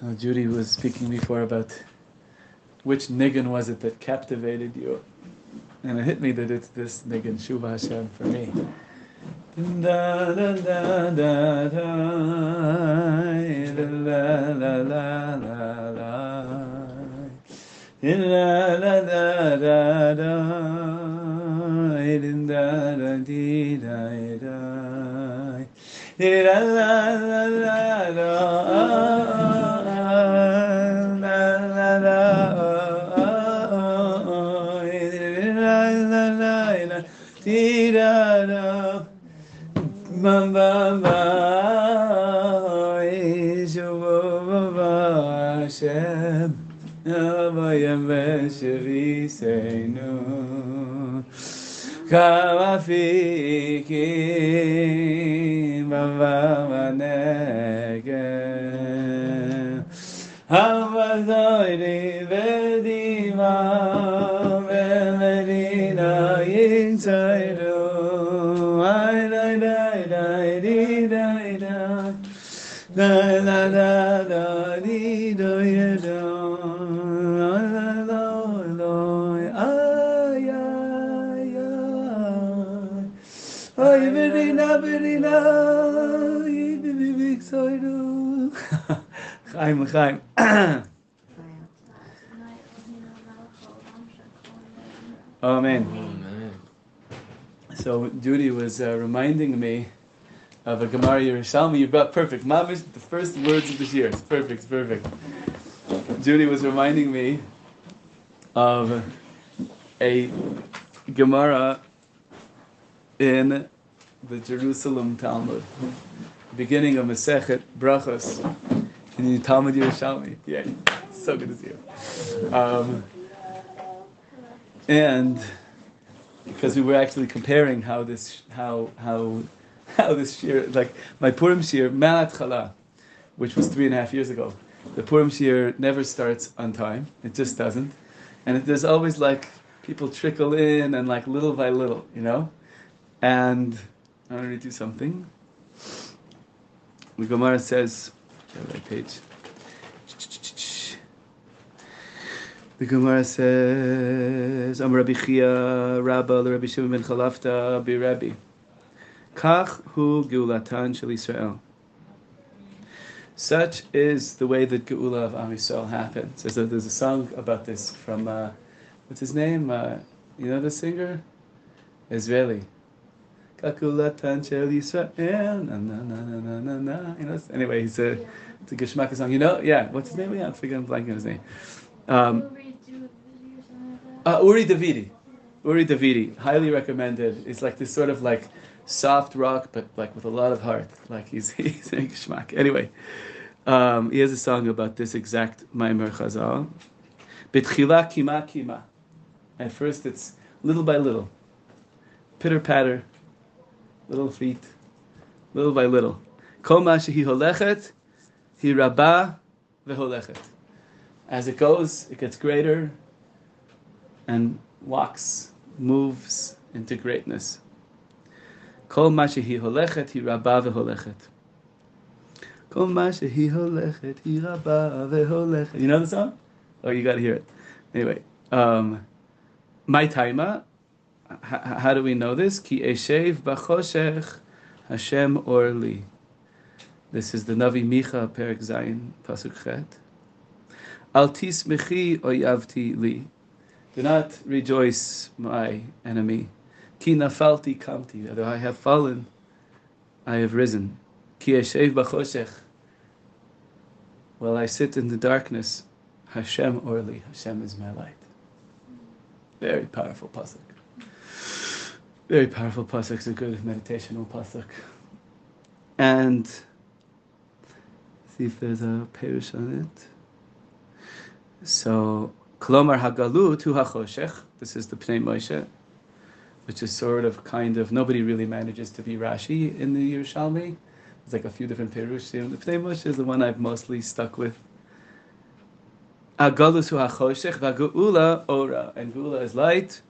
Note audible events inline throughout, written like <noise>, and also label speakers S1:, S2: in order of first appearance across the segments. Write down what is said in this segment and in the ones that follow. S1: Now, Uh, Judy was speaking before about which nigun was it that captivated you, and it hit me that it's this nigun Shuva Hashem for me. Da da da da da la la la la la la la da da da in da da dee da da dee da la la la la la la la la la la dee da da ba ba ba Yeshua ba Hashem Avayam v'sheviseinu Kavafikim avavanegem Avazoyri v'dimam V'merina yitzayru Ay, lay, lay, lay, di, lay, lay. La la la la dee do ye do. La la la la ay ay ay. Ay verina verina ay bibi big soido. Chaim Chaim. Amen. So Judy was uh, reminding me of a Gemara Yerushalmi. You brought perfect. Mamish, the first words of the year. It's perfect, it's perfect. Judy was reminding me of a Gemara in the Jerusalem Talmud, beginning of Masechet Brachos in the Talmud Yerushalmi. Yeah, so good to see you. Um, and because we were actually comparing how this how how <laughs> how this year like my Purim shir Malatchala, which was three and a half years ago. The Purim shir never starts on time; it just doesn't, and it, there's always like people trickle in and like little by little, you know. And I'm gonna read you something. The Gemara says, the right page. The Gemara says, "Am Rabbi Chia, Rabba, Rabbi Shimon ben Chalafta, Bi Rabbi." Kach hu geulatan shel Israel. Such is the way that geula of Am Yisrael happens. There's a, there's a song about this from, uh, what's his name? Uh, you know the singer? Israeli. Kach geulatan shel Yisrael. Na, na, na, na, na, na, na. You know, it's- anyway, it's a, it's a geschmacka song. You know, yeah, what's his name? Yeah, I forget, I'm blanking on his name. Um, uh, Uri Davidi. Uri Davidi, highly recommended. It's like this sort of like soft rock, but like with a lot of heart. Like he's <laughs> he's a schmack. Anyway, um, he has a song about this exact Maimer Chazal. Betchila kima kima. At first, it's little by little, pitter patter, little feet, little by little. Koma shehi holechet, hi rabah veholechet. As it goes, it gets greater and walks, moves into greatness. Kol ma shehi holechet hi rabah veholechet. Kol ma shehi holechet hi rabah veholechet. You know the song? Oh, you got to hear it. Anyway, um, my taima. h- h- How do we know this? Ki eshev bachoshech Hashem orli. This is the Navi Micha Perik Zayin pasuk Chet. Al tismechi oyavti li. Do not rejoice, my enemy. Ki nafalti kamti. Though I have fallen, I have risen. Ki eshev bachoshech. While I sit in the darkness, Hashem orli. Hashem is my light. Very powerful pasuk. Very powerful pasuk. It's a good meditational pasuk. And see if there's a parish on it. So, Kolomar Hagalu tu hachoshech. This is the Pnei Moshe, which is sort of kind of nobody really manages to be Rashi in the Yerushalmi. There's like a few different perushim. The Pnei Moshe is the one I've mostly stuck with. Hagalu tu hachoshech vageula ora, and geula is light.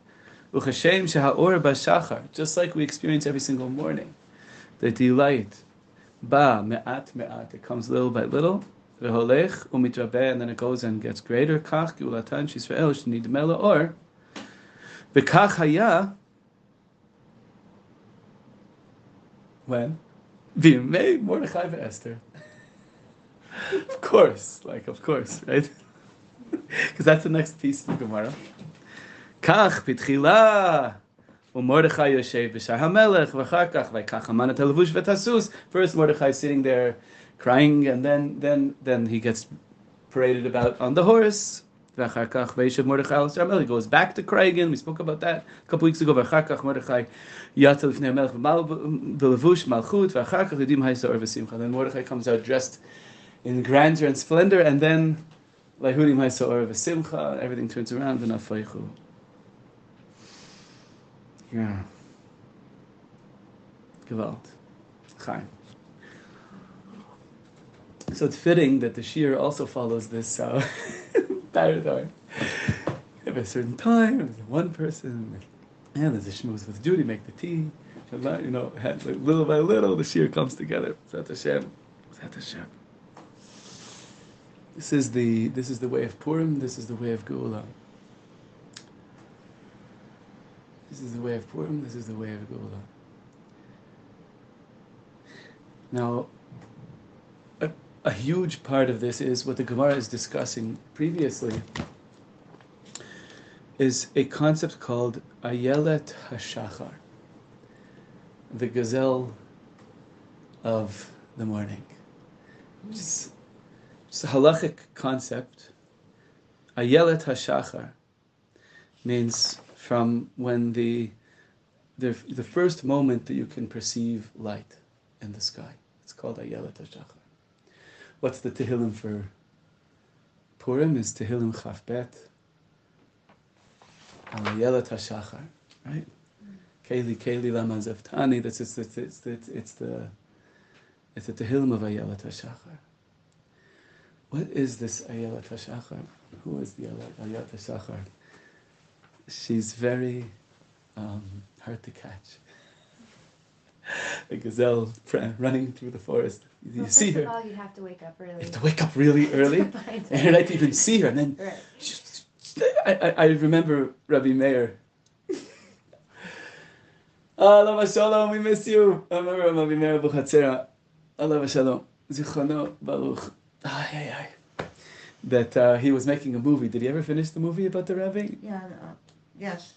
S1: Uchashem shehaor bashachar, just like we experience every single morning, the delight. Ba me'at me'at, it comes little by little. Reholech umitrabe, and then it goes and gets greater. Kach geulatan shisrael shnidmela or v'kach haya. When? V'yimei Mordechai Esther. <laughs> of course, like of course, right? <laughs> Because that's the next piece of the Gemara. Kach pitchila. ומרדכי יושב בשער המלך, ואחר כך, ויקח המן את הלבוש ואת הסוס. First Mordechai is sitting there crying, and then, then, then he gets paraded about on the horse. ואחר כך, וישב מרדכי על שער המלך. He goes back to cry again, we spoke about that a couple weeks ago. ואחר כך מרדכי יצא לפני המלך בלבוש מלכות, ואחר כך יודעים היסעור ושמחה. Then Mordechai comes out dressed in grandeur and splendor, and then להודים היסעור וsimcha. everything turns around, ונפייכו. Ja. Gewalt. Chaim. So it's fitting that the Shir also follows this uh, <laughs> paradigm. At a certain time, there's one person, and there's a shmooze with Judy, make the tea. And that, you know, <laughs> had, like, little by little, the Shir comes together. Zat Hashem. Zat Hashem. This is the this is the way of Purim. This is the way of Geulah. This is the way of Purim, this is the way of Gula. Now, a, a, huge part of this is what the Gemara is discussing previously, is a concept called Ayelet Hashachar, the gazelle of the morning. Which is, it's a halachic concept. Ayelet Hashachar means from when the, the the first moment that you can perceive light in the sky. It's called Ayelet HaShachar. What's the Tehillim for Purim? Is Tehillim Chaf Bet Al Ayelet HaShachar, right? Keli Keli Lama Zavtani. That's it's it's it's it's, it's the it's the Tehillim of Ayelet HaShachar. What is this Ayelet HaShachar? Who is the Ayelet HaShachar? she's very um, hard to catch. <laughs> A gazelle pr- running through the forest. <laughs> You
S2: well,
S1: see her.
S2: All, you have to wake up early.
S1: You
S2: <laughs>
S1: have to wake up really early, <laughs> and you're not to even see her. And then
S2: Right.
S1: she, I, I, I remember Rabbi Meir. <laughs> Allah Shalom, we miss you. I remember Rabbi Meir Buchatzera. Allah Shalom, Zichrono Baruch. Ay, ay, ay that uh, he was making a movie. Did he ever finish the movie about the rabbi?
S3: Yeah, uh, yes.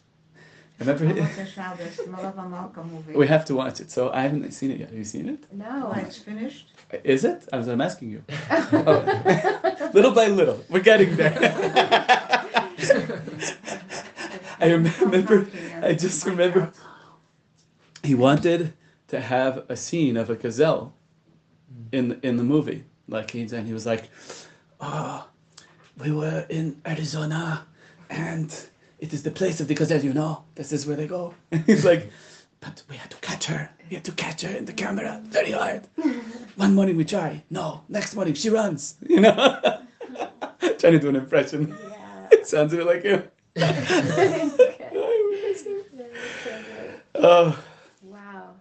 S1: Remember?
S3: I watched the Shabbos, Malava Malka movie.
S1: <laughs> we have to watch it. So I haven't seen it yet. Have you seen it?
S3: Oh,
S2: No.
S3: it's finished?
S1: Is it? I was, I'm asking you. <laughs>
S3: <laughs>
S1: Oh. <laughs> little by little, we're getting there. <laughs> I remember. I just remember he wanted to have a scene of a gazelle in in the movie. Like he and he was like, "Oh, we were in Arizona, and it is the place of the gazelle. You know, this is where they go." <laughs> he's like, "But we had to catch her. We had to catch her in the camera very hard. One morning we try. No, next morning she runs. <laughs> You know." Trying to do an impression.
S2: Yeah.
S1: It <laughs> sounds a bit like him. <laughs> Oh,
S2: wow.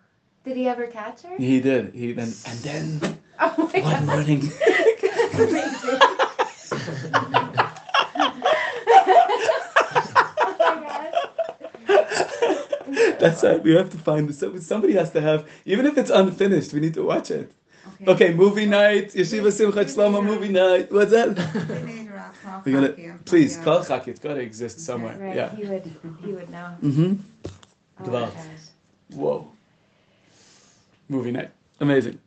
S2: Did he ever catch her?
S1: he did. He then and then.
S2: Oh
S1: One
S2: my <laughs>
S1: <laughs>
S2: god.
S1: morning,
S2: That's amazing. oh my gosh.
S1: that's it. We have to find this. Somebody has to have, even if it's unfinished, we need to watch it.
S3: Okay.
S1: Okay, movie night, Yeshiva Simchat Shlomo movie night. What's that?
S3: We <laughs> need to rock, rock,
S1: We gotta,
S3: rock, yeah.
S1: please,
S3: Yeah.
S1: Kol Chak, it's gotta exist somewhere.
S2: Right,
S1: Yeah.
S2: he would he would know.
S1: Mm-hmm.
S2: Oh my
S1: Wow.
S2: gosh.
S1: Whoa. Movie night. Amazing.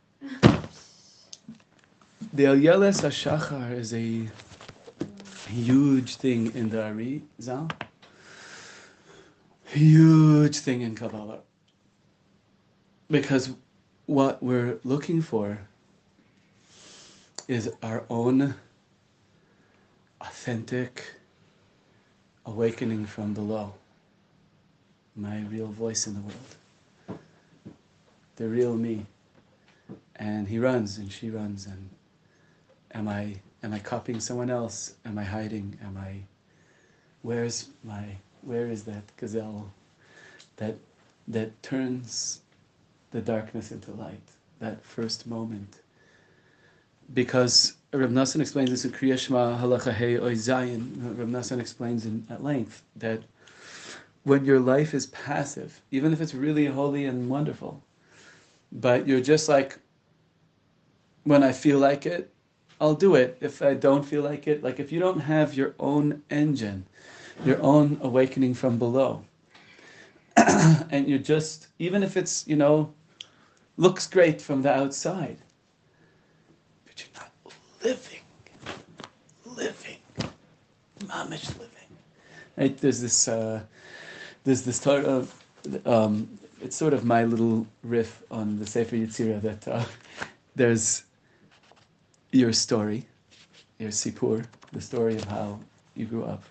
S1: The Yeles HaShachar is a huge thing in the Arizal. Huge thing in Kabbalah. Because what we're looking for is our own authentic awakening from below. My real voice in the world the real me. And he runs and she runs and am I am I copying someone else? Am I hiding? Am I where's my where is that gazelle that that turns the darkness into light, that first moment. Because Reb Nassan explains this in Kriya Shema Halacha Hey Oy Zayin. Reb Nassan explains in, at length that when your life is passive, even if it's really holy and wonderful, but you're just like, when I feel like it, I'll do it. If I don't feel like it, like if you don't have your own engine, your own awakening from below, <clears throat> and you're just, even if it's, you know, looks great from the outside, but you're not living, living, mamish living. Right? There's this, uh, there's this sort of, um, it's sort of my little riff on the Sefer Yetzirah that uh, <laughs> there's your story, your sipur, the story of how you grew up.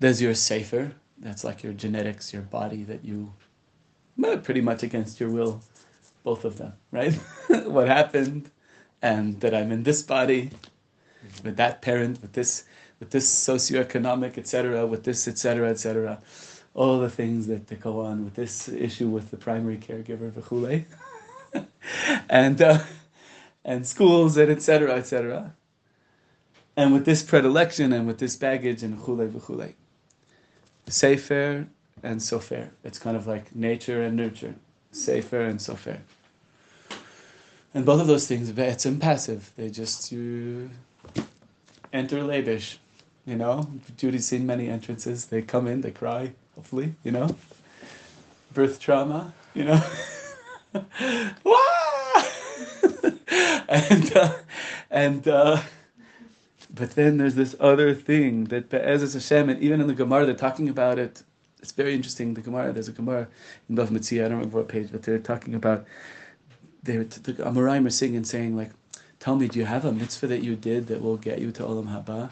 S1: There's your Sefer, that's like your genetics, your body that you, well, pretty much against your will, both of them, right? <laughs> what happened, and that I'm in this body, with that parent, with this, with this socioeconomic, etc., with this, etc., etc., all the things that that go on with this issue with the primary caregiver, v'chule, <laughs> and uh, and schools and etc. etc. And with this predilection and with this baggage and v'chule v'chule, sefer and sofer. It's kind of like nature and nurture, sefer and sofer. And both of those things, it's impassive. They just you enter labish, you know. Judy's seen many entrances. They come in, they cry. Hopefully, you know. Birth trauma, you know. <laughs> Wah! <laughs> and uh, and uh, but then there's this other thing that Be'ezus Hashem, and even in the Gemara, they're talking about it. It's very interesting. The Gemara, there's a Gemara in Bava Metzia, I don't remember what page, but they're talking about they were the Amoraim are singing and saying like, "Tell me, do you have a mitzvah that you did that will get you to Olam Haba?"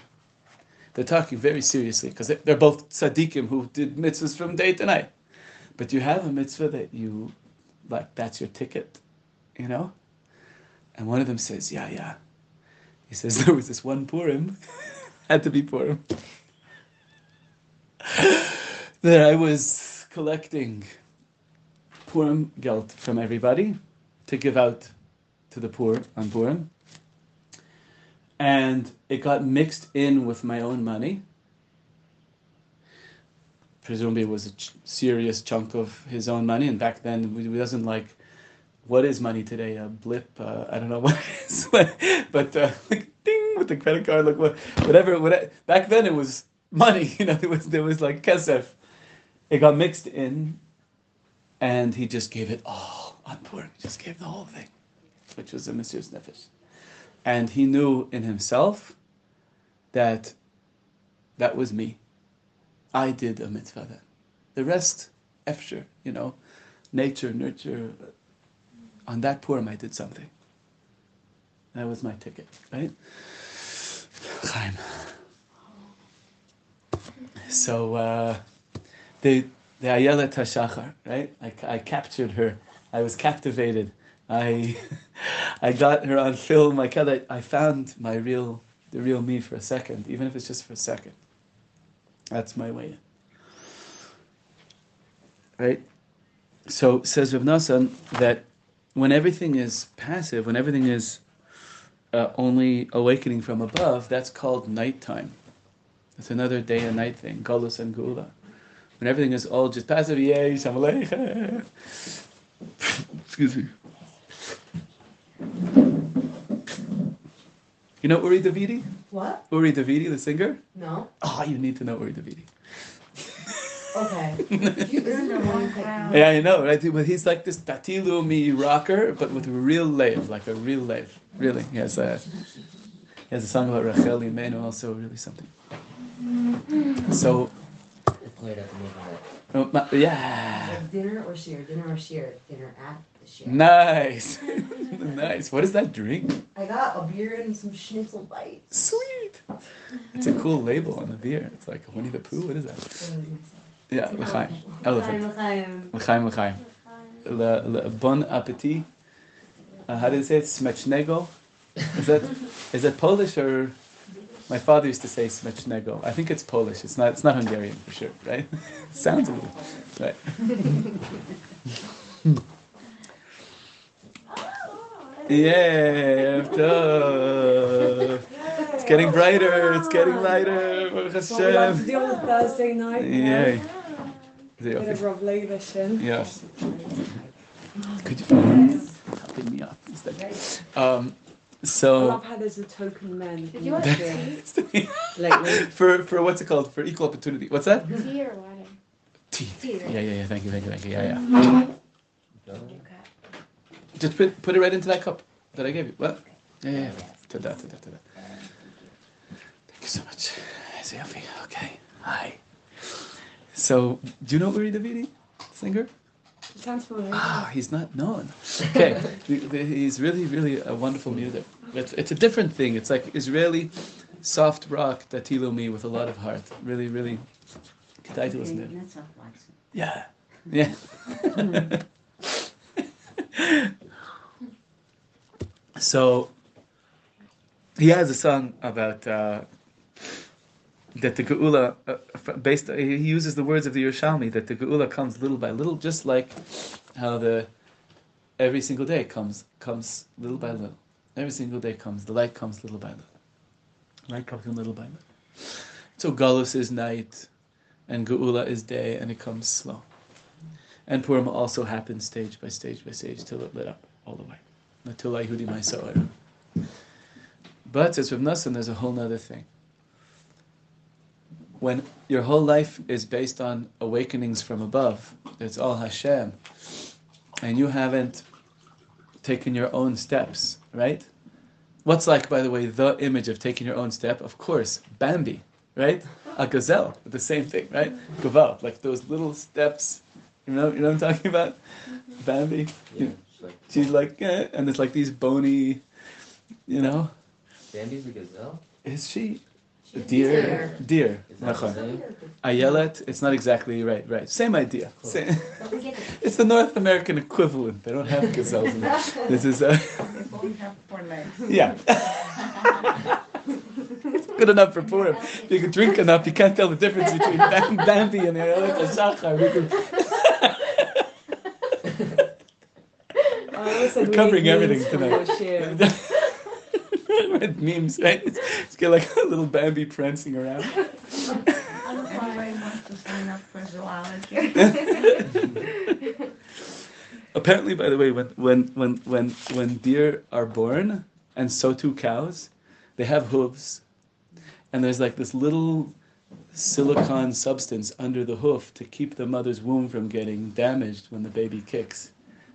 S1: They're talking very seriously because they're both tzaddikim who did mitzvahs from day to night. But do you have a mitzvah that you like? That's your ticket, you know. And one of them says, "Yeah, yeah." He says <laughs> there was this one Purim, <laughs> had to be Purim, <laughs> that I was collecting Purim geld from everybody to give out to the poor on Purim. And it got mixed in with my own money. Presumably, it was a ch- serious chunk of his own money. And back then, we, we wasn't like, what is money today? A blip? Uh, I don't know <laughs> what it is. but uh, like, ding with the credit card, like what, whatever, whatever. Back then, it was money. <laughs> You know, it was there was like kesef. It got mixed in and he just gave it all on Purim. He just gave the whole thing, which was a Monsieur's Nefesh. And he knew in himself that that was me. I did a mitzvah then. The rest, efsher, you know, nature, nurture. On that Purim, I did something. That was my ticket, right? Chaim. So, uh, the the Ayala Tashachar, right? I, I captured her. I was captivated. I <laughs> I got her on film. I kind of I found my real the real me for a second, even if it's just for a second. That's my way. in. Right. So says Rav Nassan that when everything is passive, when everything is uh, only awakening from above, that's called nighttime. That's another day and night thing, Galus and Gula when everything is all just passive, yay, shalom aleichem. Excuse me. You know Uri Davidi?
S2: What?
S1: Uri Davidi, the singer?
S2: No.
S1: Oh, you need to know Uri Davidi. <laughs>
S2: Okay.
S3: You earned a one crown.
S1: Yeah, I know, right? But he's like this Tatilu Mi rocker, but with a real lave, like a real lave. Really, he has a, he has a song about Rachel Imenu, also really something. So,
S4: It played at the movie.
S1: oh, my- yeah.
S4: Like dinner or share, dinner or share, dinner at the share.
S1: Nice. <laughs> nice. What is that drink?
S4: I got a beer and some schnitzel bites.
S1: Sweet. It's a cool label on the beer. It's like Winnie the Pooh. What is that? Yeah, l'chaim. Elephant.
S2: um,
S1: L'chaim, l'chaim. Le, le, bon appetit. Uh, how do you say it? Smechnego?
S5: <laughs>
S1: Is that is that Polish or? My father used to say smechnego. I think it's Polish. It's not. It's not Hungarian for sure, right? <laughs> Sounds a little,
S5: <laughs>
S1: right? Yay, Erev Tov. It's getting brighter. It's getting lighter. Baruch
S5: That's what we like to
S1: Hashem.
S5: do on a Thursday night. you know.
S1: Yay. Is it
S5: Bit of
S1: okay?
S5: Rav Levish
S1: Yes. Could you please helping me up? Is that- Um,
S5: I
S1: so
S5: love how there's a token man.
S3: Did you want
S5: in
S3: tea?
S5: lately?
S1: <laughs> for for what's it called? For equal opportunity. What's that?
S3: Tea or water?
S1: Tea.
S3: Tea, right?
S1: Yeah, yeah, yeah. Thank you, thank you, thank you. Yeah, yeah.
S3: Okay.
S1: Just put put it right into that cup that I gave you. Well, yeah, yeah. yeah. To that, to that, to that. Thank you so much. Is it healthy? Okay. Hi. So, do you know Uri Davidi, singer?
S5: Sounds familiar.
S1: Ah, he's not known. Okay, The- the- he's really, really a wonderful music. It's, it's a different thing. It's like Israeli soft rock that he me with a lot of heart. Really, really. Could I to listen to it?
S4: That's not flexible.
S1: Yeah. Yeah. <laughs> so he has a song about uh, that the Geula, uh, fr- based he uses the words of the Yerushalmi that the Geula comes little by little, just like how the every single day comes comes little by little. Every single day comes, the light comes little by little. Light comes in little by little. So Galus is night, and Geula is day, and it comes slow. And Purim also happens stage by stage by stage till it lit up all the way, until Yehudi Ma'asorah. But says Rav Nassim, there's a whole nother thing. When your whole life is based on awakenings from above, it's all Hashem, and you haven't taken your own steps, right? What's like, by the way, the image of taking your own step? Of course, Bambi, right? A gazelle, the same thing, right? Gaval, like those little steps. You know, you know what I'm talking about? Bambi.
S6: Yeah, it's like
S1: She's like, eh, and it's like these bony, you know.
S6: Bambi's a gazelle.
S1: Is she? Deer. Deer.
S6: Is that
S1: Nachon.
S6: gazelle?
S1: Ayelet, it's not exactly right, right. Same idea.
S6: Cool.
S1: Same. <laughs>
S4: But we get it.
S1: It's the North American equivalent. They don't have gazelles. in- This is a. <laughs>
S3: If only have four legs.
S1: Yeah. <laughs> Good enough for Purim. You can drink enough, you can't tell the difference between Bam- Bambi and Ayelet Shachar. We can- <laughs>
S5: I always said
S1: We're
S5: we
S1: covering
S5: need
S1: everything
S5: memes from
S1: tonight.
S5: Rosh Year.
S1: <laughs> With memes, right? It's, it's got like a little Bambi prancing around. <laughs>
S3: Anybody wants to sign up for
S1: <laughs>
S3: zoology?
S1: Apparently, by the way, when when when when when deer are born, and so too cows, they have hooves, and there's like this little silicon substance under the hoof to keep the mother's womb from getting damaged when the baby kicks,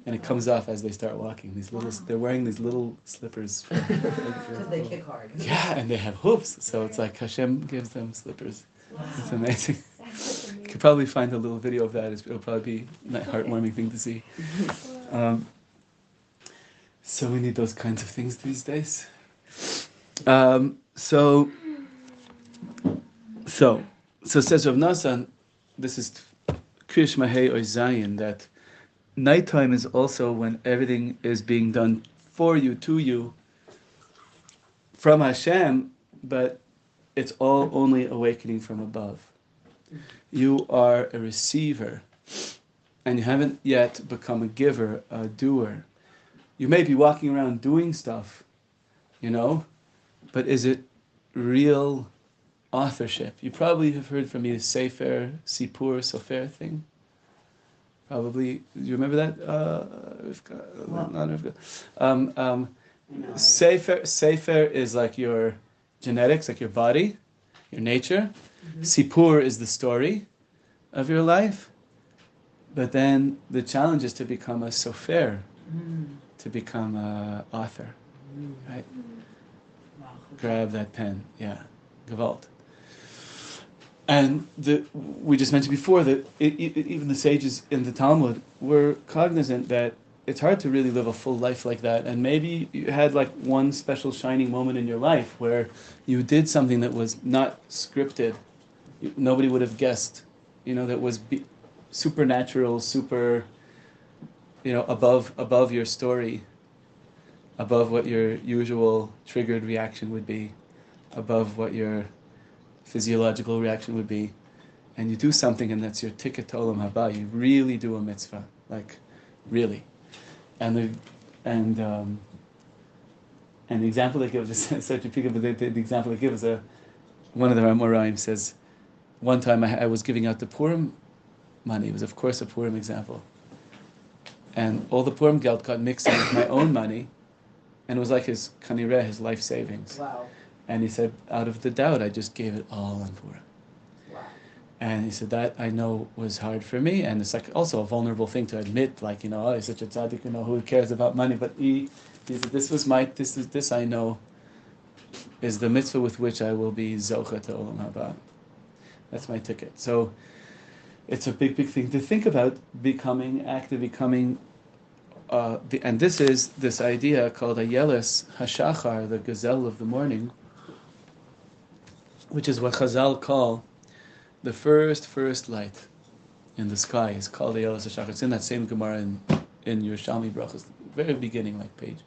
S1: and it comes off as they start walking. These little they're wearing these little
S4: <laughs>
S1: slippers.
S4: Because they kick hard.
S1: <laughs> Yeah, and they have hooves, so it's like Hashem gives them slippers. It's amazing. You could probably find a little video of that. It's- It'll probably be a heartwarming thing to see. Um, so we need those kinds of things these days. Um, so, so, so says Rav Nassan, this is Krish Mahei or Zion, that nighttime is also when everything is being done for you, to you, from Hashem, but it's all only awakening from above. You are a receiver, and you haven't yet become a giver, a doer. You may be walking around doing stuff, you know, but is it real authorship? You probably have heard from me the Sefer, Sipur, Sofer thing. Probably, do you remember that? Uh, Rivka,
S4: What?
S1: not Rivka. Um, um,
S4: No, right?
S1: Sefer, Sefer is like your genetics, like your body, your nature. Sipur is the story of your life. But then the challenge is to become a sofer, to become a author. Right? Grab that pen, yeah, Gewalt. And the we just mentioned before that i i even the sages in the Talmud were cognizant that it's hard to really live a full life like that. And maybe you had like one special shining moment in your life where you did something that was not scripted. You- Nobody would have guessed, you know, that was be, supernatural, super, you know, above above your story, above what your usual triggered reaction would be, above what your physiological reaction would be, and you do something, and that's your ticket to olam haba. You really do a mitzvah, like really, and the and um, And the example they give is <laughs> such a pick up, but the, the, the example they give is a, one of the Amoraim says, one time I, I was giving out the Purim money. It was, of course, a Purim example. And all the Purim geld got mixed in with my own money, and it was like his kanireh, his life savings.
S4: Wow.
S1: And he said, out of the doubt, I just gave it all on Purim.
S4: Wow.
S1: And he said that I know was hard for me, and it's like also a vulnerable thing to admit, like you know, oh, he's such a tzaddik, you know, who cares about money? But he, he said, this was my, this is this I know. Is the mitzvah with which I will be zocha to olam haba. That's my ticket. So, it's a big, big thing to think about becoming active, becoming. Uh, the, and this is this idea called a yelis hashachar, the gazelle of the morning, which is what Chazal call the first first light in the sky is called the Yelis Hashachar. It's in that same Gemara in in Yerushalmi Brachas, very beginning, like page.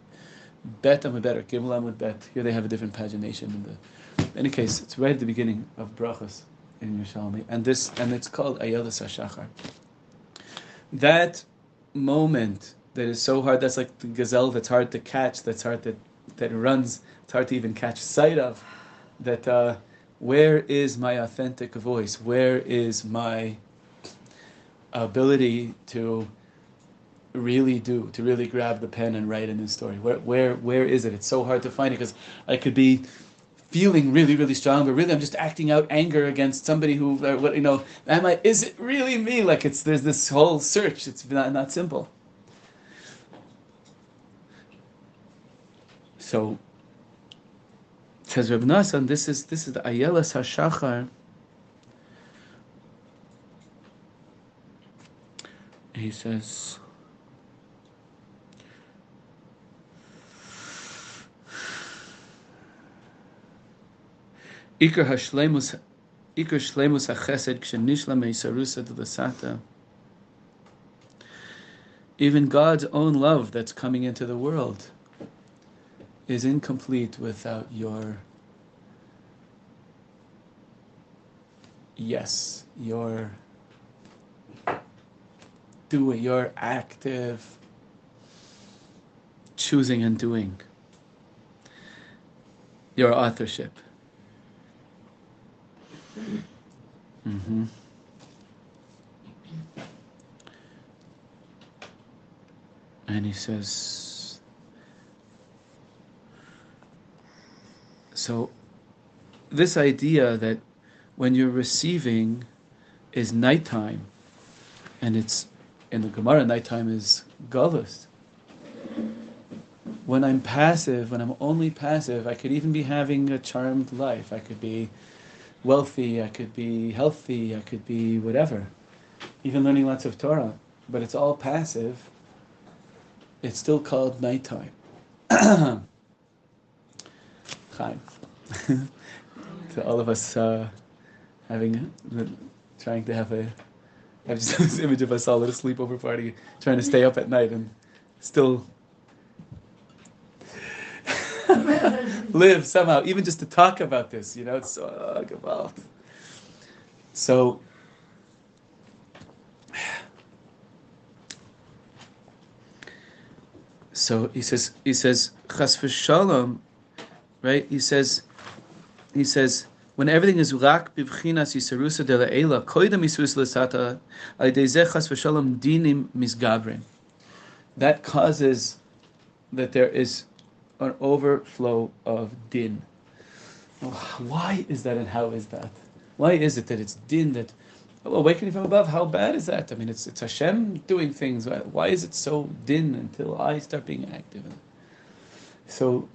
S1: Bet I'm a better Gimlam with Bet. Here they have a different pagination. In, the, in any case, it's right at the beginning of Brachas in Yerushalmi, and this and it's called Ayelis Hashachar. That moment that is so hard. That's like the gazelle that's hard to catch. That's hard that that runs. It's hard to even catch sight of. That. uh where is my authentic voice? Where is my ability to really do, to really grab the pen and write a new story? Where, where, where is it? It's so hard to find it because I could be feeling really, really strong, but really I'm just acting out anger against somebody who, or what you know, am I? Is it really me? Like it's there's this whole search. It's not, not simple. So says Reb Nassan, this is this is the Ayelas Hashachar. He says. Iker hashlemus, iker shlemus hachesed kshenishla meisarusa d'lasata. Even God's own love that's coming into the world is incomplete without your yes, your doing, your active choosing and doing, your authorship. hmm And he says, So, this idea that when you're receiving is nighttime, and it's in the Gemara, nighttime is galus. When I'm passive, when I'm only passive, I could even be having a charmed life. I could be wealthy, I could be healthy, I could be whatever, even learning lots of Torah. But it's all passive. It's still called nighttime. Chaim. <laughs> to all of us uh, having, trying to have a, I have just <laughs> this image of us all at a sleepover party, trying to stay up at night and still <laughs> live somehow, even just to talk about this, you know, it's so uh, gewalt. So, <sighs> so he says, he says, chas v'shalom, right? He says, he says, when everything is rak bivchinas yisarusa de la'ela, koidam yisrus l'sata, al chas v'shalom dinim misgabrim. That causes that there is an overflow of din. Why is that and how is that? Why is it that it's din that oh, awakening from above? How bad is that? I mean, it's, it's Hashem doing things. Why- Why is it so din until I start being active? So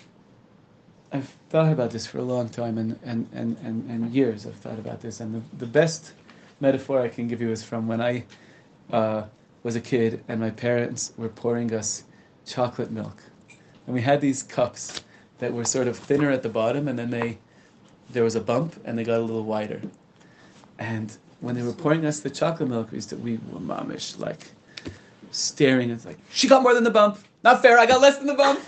S1: I've thought about this for a long time and, and, and, and, and years I've thought about this. And the, the best metaphor I can give you is from when I uh, was a kid and my parents were pouring us chocolate milk. And we had these cups that were sort of thinner at the bottom and then they there was a bump and they got a little wider. And when they were pouring us the chocolate milk, we, used to, we were momish, like staring. It's like, she got more than the bump. Not fair, I got less than the bump.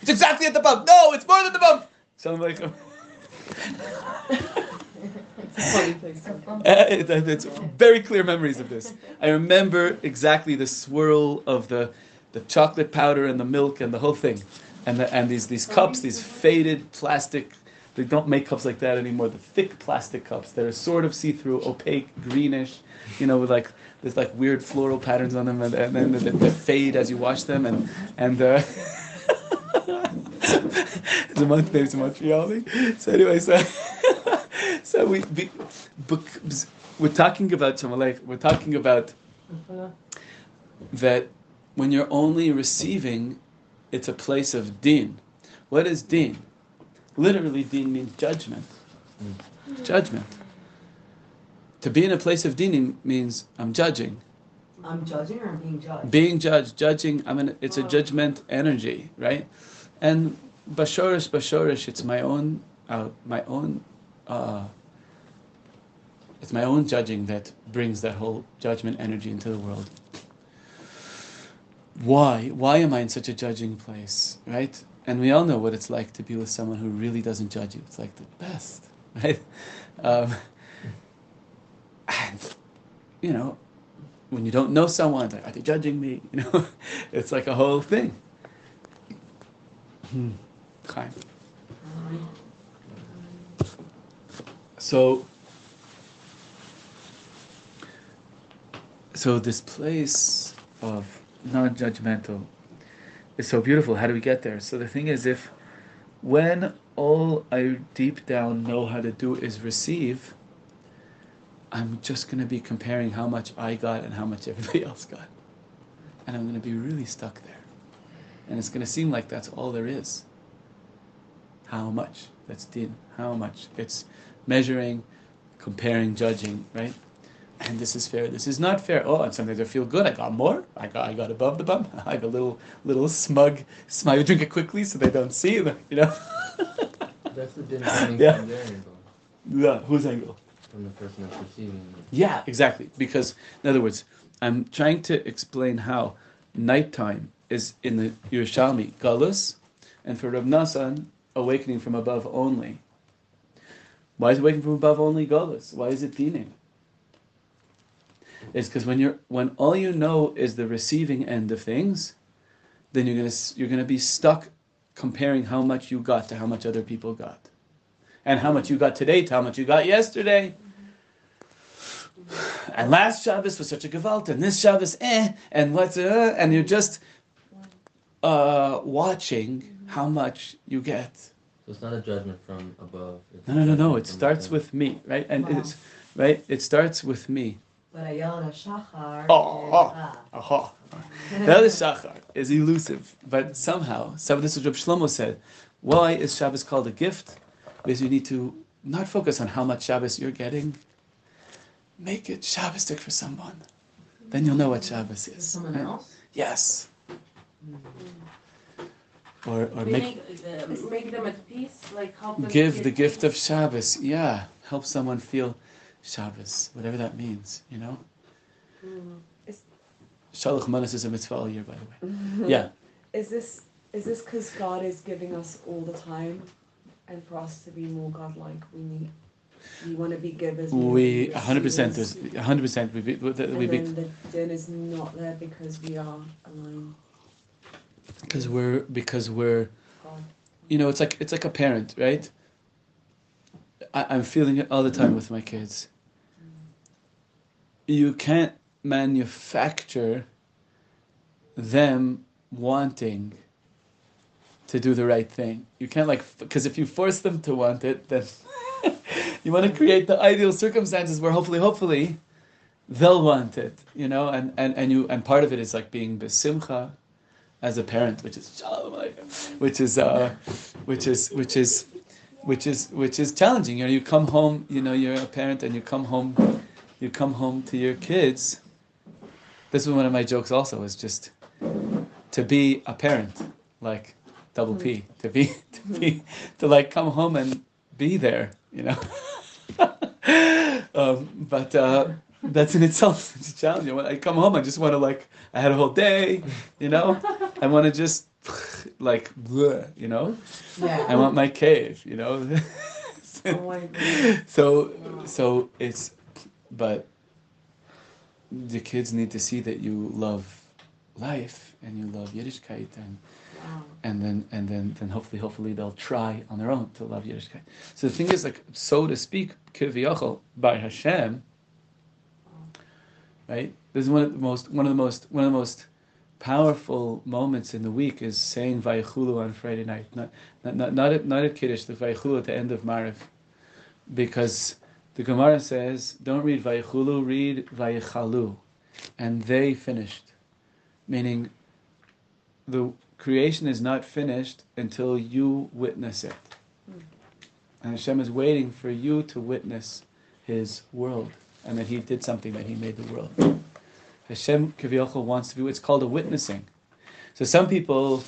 S1: It's exactly at the bump. No, it's more than the bump. So I'm <laughs> like,
S5: It's a funny place. to-
S1: Eh, it- it- it's very clear memories of this. I remember exactly the swirl of the, the chocolate powder and the milk and the whole thing. and the, and these these cups, these faded plastic. They don't make cups like that anymore. The thick plastic cups that are sort of see-through, opaque, greenish, you know, with like there's like weird floral patterns on them, and, and then they, they fade as you wash them, and and. Uh, <laughs> it's a month named Montreal. So anyway, so <laughs> so we be, bec- we're talking about Chamalek. We're talking about that when you're only receiving, it's a place of din. What is din? Literally, din means judgment. Judgment. To be in a place of din means I'm judging,
S4: <laughs> I'm judging or I'm being judged?
S1: being judged, judging. I'm an, it's a judgment energy, right? And bashorish, bashorish. It's my own, uh, my own. Uh, it's my own judging that brings that whole judgment energy into the world. Why? Why am I in such a judging place, right? And we all know what it's like to be with someone who really doesn't judge you. It's like the best, <laughs> right? Um, and you know, when you don't know someone, it's like, are they judging me? <laughs> You know, it's like a whole thing. Hmm. Chaim. So, so this place of non-judgmental is so beautiful. How do we get there? So the thing is, if when all I deep down know how to do is receive, I'm just going to be comparing how much I got and how much everybody <laughs> else got. And I'm going to be really stuck there. And it's going to seem like that's all there is. How much? That's din. How much? It's measuring, comparing, judging, right? And this is fair. This is not fair. Oh, and sometimes I feel good. I got more. I got. I got above the bump. <laughs> I have a little, little smug smile. Drink it quickly so they don't see. You know. <laughs>
S6: That's the din coming
S1: Yeah.
S6: from their angle,
S1: yeah, who's angle?
S6: from the person that's receiving. it.
S1: Yeah, exactly. Because in other words, I'm trying to explain how nighttime is in the Yerushalmi galus, and for Rav Nassan, awakening from above only. Why is awakening from above only galus? Why is it dinim? It's because when you're when all you know is the receiving end of things, then you're gonna s- you're gonna be stuck comparing how much you got to how much other people got, and how much you got today to how much you got yesterday. And last Shabbos was such a gevalt, and this Shabbos, eh, and what's, uh, and you're just uh, watching
S4: Mm-hmm.
S1: how much you get.
S6: So it's not a judgment from above. it's
S1: No, no, no,
S6: a
S1: no.
S6: judgment
S1: It
S6: from
S1: starts
S6: within.
S1: with me, right? And
S4: Wow.
S1: it's right. It starts with me.
S4: But Ayana Shachar.
S1: Oh, oh.
S4: is, uh, <laughs>
S1: Aha. The other shachar is elusive, but somehow, so this is what Shlomo said. Why is Shabbos called a gift? Because you need to not focus on how much Shabbos you're getting. Make it Shabbosik for someone. Then you'll know what Shabbos
S4: For
S1: is.
S4: someone
S1: right?
S4: else?
S1: Yes. Or, or make,
S5: Make, them- make them at peace, like help them.
S1: give the gift of Shabbos. Yeah, help someone feel Shabbos, whatever that means. You know,
S5: Mm.
S7: Is-
S1: Shalach Manas is a mitzvah all year, by the way. <laughs> Yeah,
S7: Is this is this because God is giving us all the time, and for us to be more godlike, we need we want to be givers. more than
S1: we 100 percent.
S7: receivers.
S1: There's 100 percent. We be,
S7: And
S1: we
S7: then
S1: be,
S7: the din is not there because we are aligned.
S1: because we're because we're
S7: God.
S1: you know it's like it's like a parent, right? I, I'm feeling it all the time with my kids. You can't manufacture them wanting to do the right thing. You can't like because if you force them to want it, then <laughs> you want to create the ideal circumstances where hopefully, hopefully, they'll want it. You know, and and and you and part of it is like being besimcha as a parent, which is shalom aleichem, which is uh, which is which is which is which is challenging. You know, you come home. You know, you're a parent, and you come home. You come home to your kids. This is one of my jokes. Also, is just to be a parent, like double P, to be <laughs> to be to like come home and be there. You know. <laughs> um, but uh, that's in itself <laughs> such a challenge. When I come home, I just want to like I had a whole day. You know, I want to just <sighs> like bleh, you know. I
S4: Yeah.
S1: want my cave, you know.
S7: Oh my God.
S1: <laughs> so so it's but the kids need to see that you love life and you love Yiddishkeit and
S4: Wow.
S1: and then and then then hopefully hopefully they'll try on their own to love Yiddishkeit. So the thing is, like so to speak, kiviyachol by Hashem, right? This is one of the most one of the most one of the most powerful moments in the week is saying Vayichulu on Friday night, not not not not at, not at Kiddush, the Vayichulu at the end of Mariv, because the Gemara says, don't read Vayichulu, read Vayichalu, and they finished, meaning the creation is not finished until you witness it. And Hashem is waiting for you to witness His world and that He did something that He made the world. Hashem Kaviyachal wants to be, it's called a witnessing. So some people,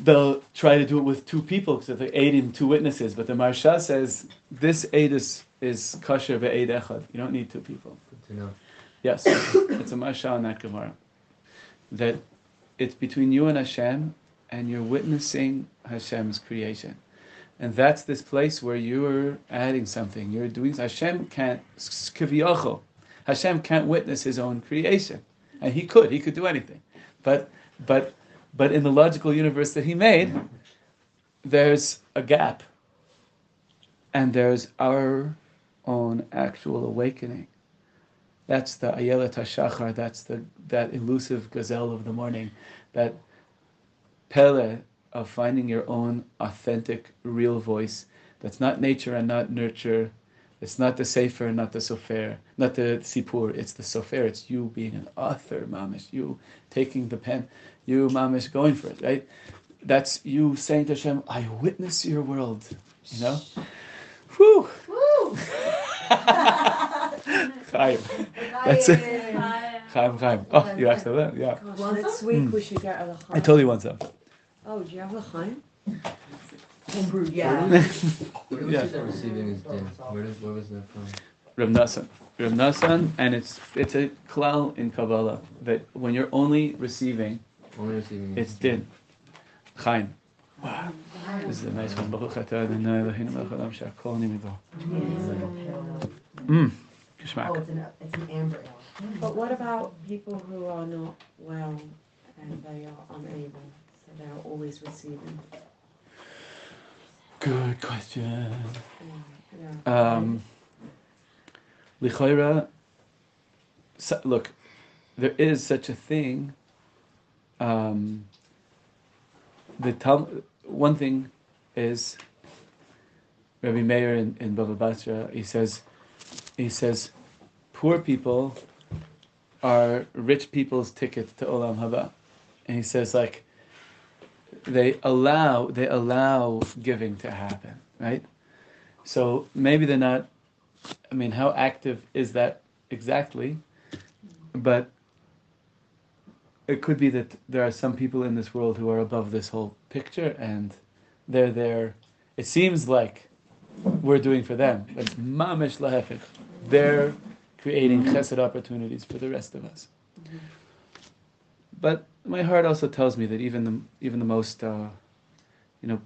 S1: they'll try to do it with two people because they're aid in two witnesses. But the Marsha says this aid is, is kosher ve'aid echad. You don't need two people.
S6: Good to know.
S1: Yes, it's a Marsha on that Gemara. That it's between you and Hashem, and you're witnessing Hashem's creation. And that's this place where you're adding something. You're doing Hashem can't kiviyachol. Hashem can't witness his own creation, and he could. He could do anything, but but but in the logical universe that he made, there's a gap, and there's our own actual awakening. That's the Ayelet HaShachar, that's the, that elusive gazelle of the morning, that Pele of finding your own authentic, real voice that's not nature and not nurture. It's not the Sefer and not the Sofer, not the Sipur, it's the Sofer. It's you being an author, Mamish, you taking the pen, you, Mamish, going for it, right? That's you saying to Hashem, I witness your world, you know? Whew!
S5: Woo!
S1: <laughs> Chaim. That's it. Chaim, Chaim. Oh, you asked for that? Yeah.
S7: Well, next week we should get a
S1: Hmm. I told you once up.
S7: Oh, do you have L'chaim?
S4: Homebrew, yeah.
S1: <laughs> Rav
S6: Where
S1: Yeah.
S6: was that receiving his din? Where, did, where was that from?
S1: Nassan. Rav Nassan, and it's it's a klal in Kabbalah that when you're only receiving,
S6: Only receiving.
S1: it's din. Chaim. Wow. This is a nice one. Baruch atah Adonai Eloheinu melech haolam she'akol nimibo. Mm.
S4: Oh,
S1: Geschmack.
S4: it's an, it's an amber ale.
S7: But what about people who are not well and they are unable, so they are always receiving?
S1: Good question.
S7: Yeah.
S1: Um, Lichoira, so, look, there is such a thing. Um, the Tal- one thing is Rabbi Meir in, in Bava Basra. He says, he says, poor people are rich people's tickets to Olam Haba, and he says like they allow they allow giving to happen, right? So maybe they're not. I mean, how active is that exactly? But it could be that there are some people in this world who are above this whole picture and they're there. It seems like we're doing for them, but it's mamish lahefik. They're creating chesed opportunities for the rest of us. But my heart also tells me that even the even the most, uh, you know,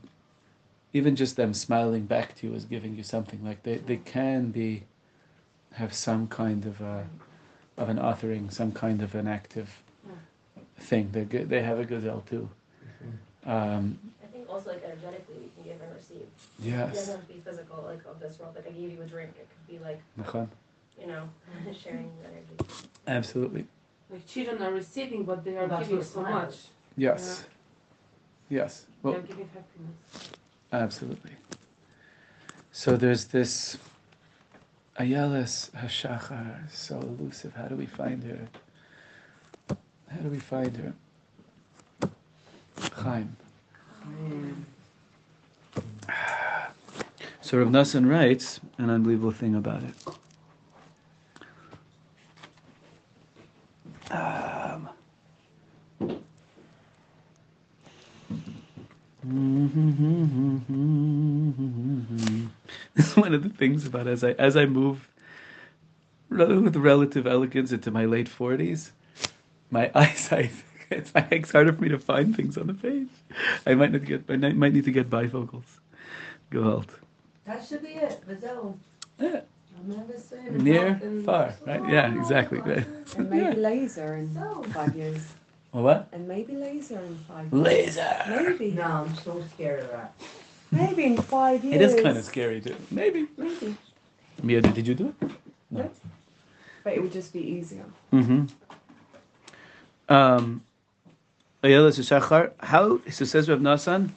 S1: even just them smiling back to you is giving you something. Like they, they can be, have some kind of a, of an authoring, some kind of an active thing. They they have a gazelle too. Um,
S8: I think also like energetically we can give and receive. It
S1: yes,
S8: doesn't have to be physical, like of this world. Like I gave you a drink. It could be like,
S1: Nachon.
S8: you know, <laughs> sharing energy.
S1: absolutely.
S5: Like children are receiving, but they are
S4: Well, that's
S5: giving
S4: what
S5: so
S4: mine
S5: much.
S4: is.
S1: Yes, yes. Well,
S5: They're giving happiness.
S1: Absolutely. So there's this Ayalis Hashachar, so elusive. How do we find her? How do we find her? Chaim. So Rav Nassan writes an unbelievable thing about it. Um, <laughs> One of the things about as I as I move rel- with relative elegance into my late forties, my <laughs> eyesight it's, it's harder for me to find things on the page. I might not get I might might need to get bifocals. Gewalt.
S4: That should be it, Brazil.
S1: Yeah.
S4: Remember saying.
S1: Near, far, right? Yeah, exactly. <laughs> Right.
S7: And maybe laser in
S4: So-
S7: five years.
S1: Well, what?
S7: and maybe laser in five years.
S1: Laser.
S7: Maybe.
S4: No, Oh, I'm so scared of that.
S7: Maybe in five years.
S1: It is kind of scary too. Maybe.
S7: Maybe.
S1: Mia, did you do it?
S7: No. But it would just be easier.
S1: Mm-hmm. Um, Ayala Shachar, how, so says Rav Nassan,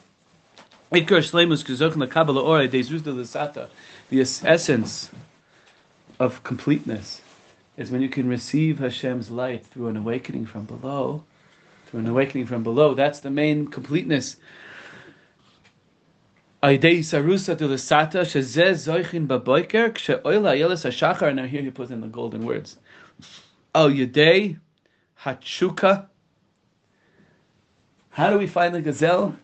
S1: Ikar Shlemus Kizok na Kabbalah Ore, Dezuz de Lasata, the es- essence of completeness is when you can receive Hashem's light through an awakening from below, through an awakening from below. That's the main completeness. Aidei Sarusa de Lasata, Shazeh Zoichin Baboiker, Kshe Oila Ayala Shachar, now here he puts in the golden words. Al Yadei Hachuka. How do we find the gazelle?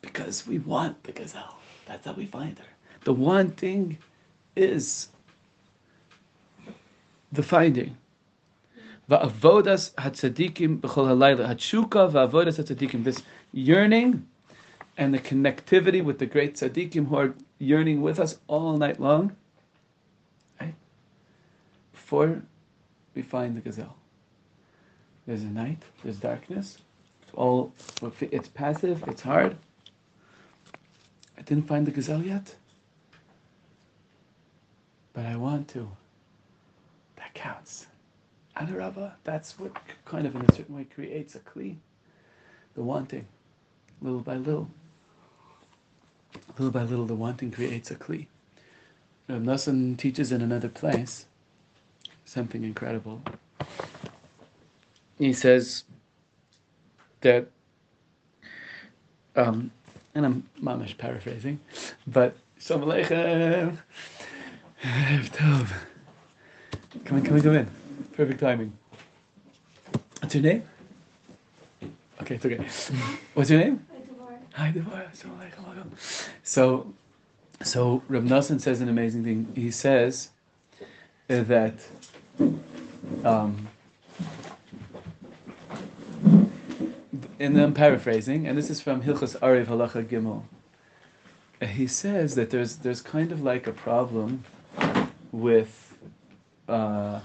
S1: Because we want the gazelle. That's how we find her. The wanting is the finding. Va'avodas hatzadikim b'chol halayla hatshuka va'avodas hatzadikim. This yearning and the connectivity with the great tzaddikim who are yearning with us all night long. Right? For we find the gazelle. There's a night, there's darkness. It's all, it's passive, it's hard. I didn't find the gazelle yet, but I want to. That counts. Adarabba, that's what kind of in a certain way creates a kli, the wanting, little by little. Little by little, the wanting creates a kli. Rav Nosson teaches in another place something incredible. He says that, um, and I'm mamish paraphrasing, but Shalom Aleichem. Erev Tov. Come in, come in, come in. Perfect timing. What's your name? Okay, it's okay. What's your name? Hi, Deborah. Shalom Aleichem. Welcome. So, so Rav Nosson says an amazing thing. He says uh, that um, and I'm paraphrasing, and this is from Hilchos Ariv Halacha Gimel. Uh, He says that there's there's kind of like a problem with, uh,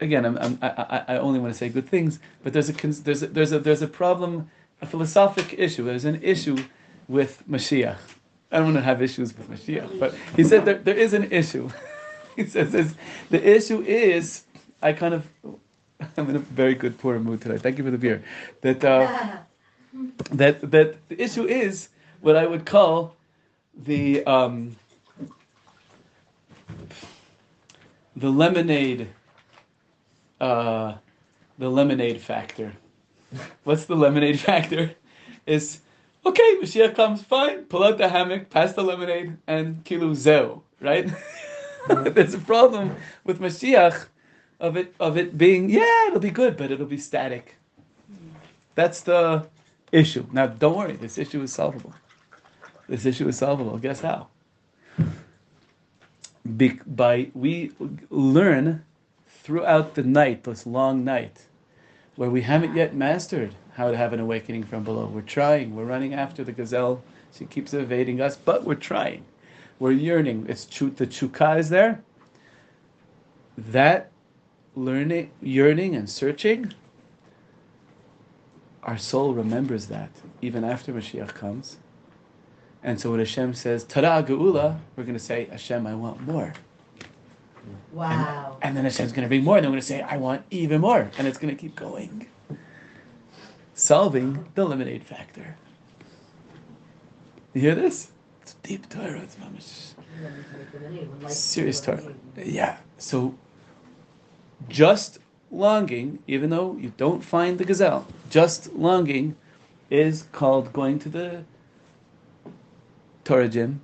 S1: again, I'm, I'm, I, I- I only want to say good things, but there's a cons- there's a, there's a there's a problem, a philosophic issue. There's an issue with Mashiach. I don't want to have issues with Mashiach, but he said there, there is an issue. <laughs> he says this, the issue is, I kind of, <laughs> I'm in a very good poor mood today. Thank you for the beer. That uh, that that the issue is what I would call the um, the lemonade uh, the lemonade factor. What's the lemonade factor? Is okay, Mashiach comes, fine, pull out the hammock, pass the lemonade, and kilu zeo, right? <laughs> There's a problem with Mashiach of it of it being, yeah, it'll be good, but it'll be static. That's the issue. Now don't worry, this issue is solvable. This issue is solvable. Guess how? Be- by we learn throughout the night, this long night, where we haven't yet mastered how to have an awakening from below. We're trying. We're running after the gazelle. She keeps evading us, but we're trying. We're yearning. It's chu- the chuka is there. That learning, yearning, and searching. Our soul remembers that even after Mashiach comes. And so when Hashem says, Tada Geula, we're going to say, Hashem, I want more.
S4: Wow.
S1: And then Hashem's going to bring more, and I'm going to say, I want even more. And it's going to keep going. Solving the lemonade factor. You hear this? It's deep Torah. It's mamish. Serious Torah. Yeah. So just longing, even though you don't find the gazelle, just longing is called going to the Torah gym,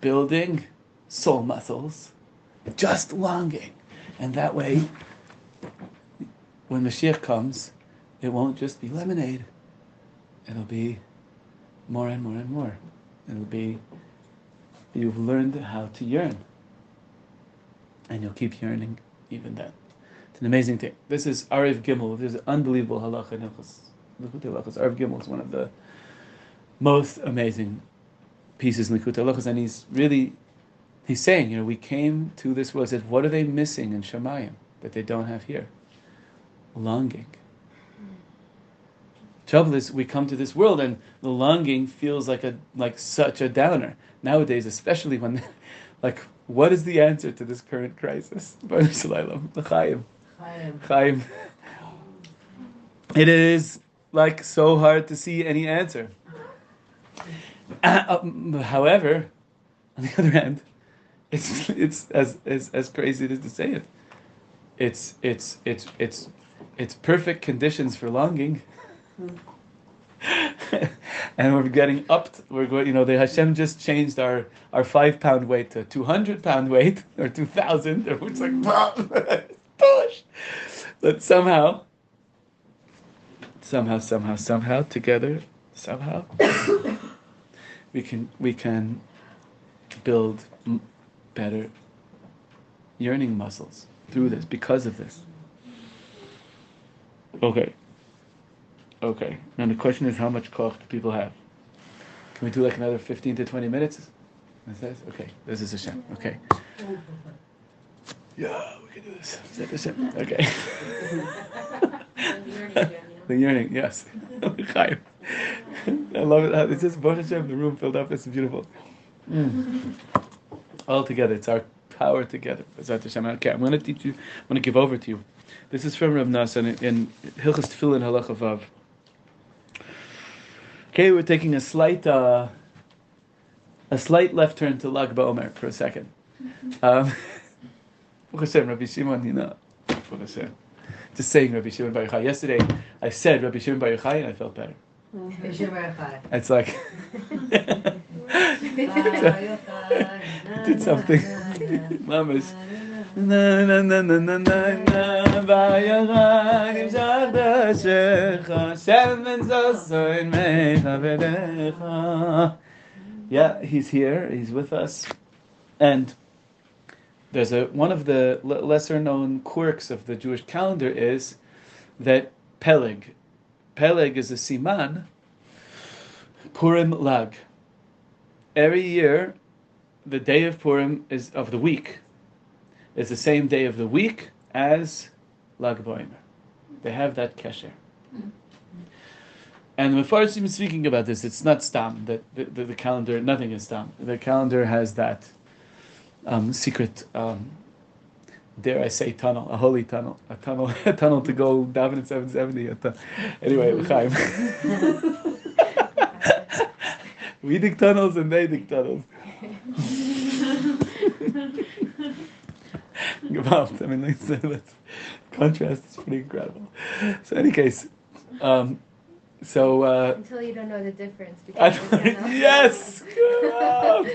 S1: building soul muscles, just longing. And that way, when Mashiach comes, it won't just be lemonade. It'll be more and more and more. It'll be, you've learned how to yearn. And you'll keep yearning even then. It's an amazing thing. This is Arif Gimel. This is unbelievable halacha in Hilchos. Likutei Halachos. Arif Gimel is one of the most amazing pieces in Likutei Halachos. And he's really, he's saying, you know, we came to this world. Says, what are they missing in Shemayim that they don't have here? Longing. Trouble is, we come to this world and the longing feels like a like such a downer nowadays, especially when, <laughs> like, what is the answer to this current crisis? <laughs> Baruch Shalom, l'chaim,
S4: I am.
S1: chaim. It is like so hard to see any answer. Uh, um, however, on the <laughs> other hand, it's it's as as as crazy it is to say it. It's it's it's it's it's perfect conditions for longing. <laughs> and we're getting upped. We're going, you know, the Hashem just changed our, our five pound weight to 200 pound weight or 2,000. Or it's like, <laughs> push. But somehow, somehow, somehow, somehow, together, somehow, <coughs> we can, we can build m- better yearning muscles through this because of this. Okay. Okay. Now the question is, how much koch do people have? Can we do like another fifteen to twenty minutes? Is that- okay. This is Hashem. Okay. Yeah, we can do this. Is that Hashem? Okay. <laughs> the yearning, yes. Chaim. <laughs> I love it. how It's just Baruch Hashem. The room filled up. It's beautiful. Mm. All together, it's our power together. Bezat Hashem. Okay, I'm going to teach you. I'm going to give over to you. This is from Rav Nassan in Hilchas Tefillin Halacha Vav. Okay, we're taking a slight, uh, a slight left turn to Lag BaOmer for a second. Um, <laughs> Baruch Hashem, Rabbi Shimon, you know, Baruch Hashem. Just saying Rabbi Shimon Bar Yochai. Yesterday, I said Rabbi Shimon Bar Yochai, and I felt better.
S4: Vision verified.
S1: It's like, <laughs>
S4: I
S1: did something. Mamas. Na na na na na na na vayachad im shadashecha shem ben zosoin mechavedecha. Yeah, he's here. He's with us, and there's a one of the le- lesser-known quirks of the Jewish calendar is that Peleg, Peleg is a siman. Purim Lag. Every year, the day of Purim is of the week is the same day of the week as Lag BaOmer. They have that kesher. And the Mepharshim is speaking about this. It's not stam that the, the, the calendar. Nothing is stam. The calendar has that um, secret. Um, dare I say tunnel, a holy tunnel, a tunnel, <laughs> a tunnel to go down in 770. A tu- anyway, <laughs> L'chaim. <laughs> we dig tunnels and they dig tunnels. Gewalt. I mean, like, so that's, contrast is pretty incredible. So, any case, um, so uh,
S8: <laughs> Until you don't know the difference.
S1: I
S8: Between
S1: don't, <laughs> yes, Gewalt.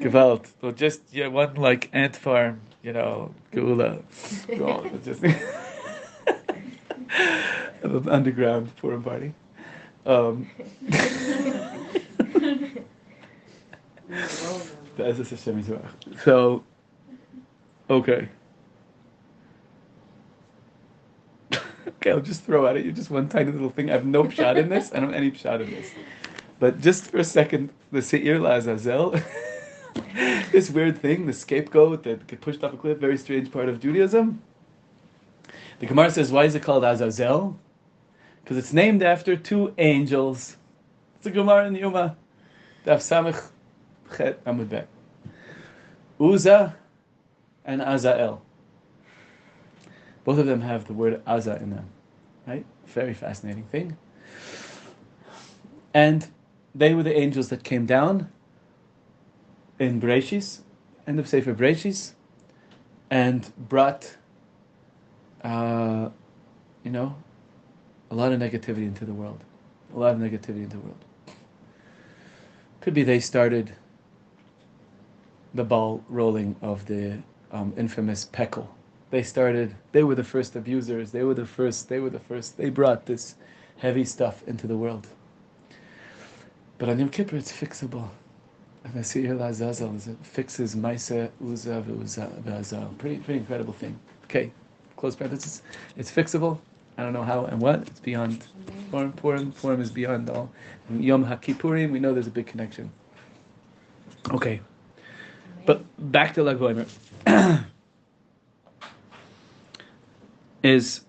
S1: Gewalt. So just yeah, one like ant farm, you know, Gula. Go on, just <laughs> an underground forum party. Um, That is a Hashem Yisroel. So, okay. <laughs> okay, I'll just throw at it. you just one tiny little thing. I have no shot in this. I don't have any shot in this. But just for a second, the Seir Lazazel, <laughs> this weird thing, the scapegoat that get pushed off a cliff, very strange part of Judaism. The Gemara says, why is it called Azazel? Because it's named after two angels. It's a Gemara in the Ummah. Daf Samech Chet Amud Bet. Uza and Azael. Both of them have the word Aza in them, right? Very fascinating thing. And they were the angels that came down in Bereshis, end of Sefer Bereshis, and brought, uh, you know, a lot of negativity into the world. A lot of negativity into the world. Could be they started the ball rolling of the um, infamous Peckle. They started, they were the first abusers, they were the first, they were the first, they brought this heavy stuff into the world. But on Yom Kippur, it's fixable. And the Seir Azazel is it fixes Maisa, Uza, Uza, Azazel. Pretty, pretty incredible thing. Okay, close parenthesis. It's fixable. I don't know how and what. It's beyond Purim. Purim, Purim is beyond all. And Yom HaKippurim, we know there's a big connection. Okay. But back to Lag BaOmer. <clears throat> is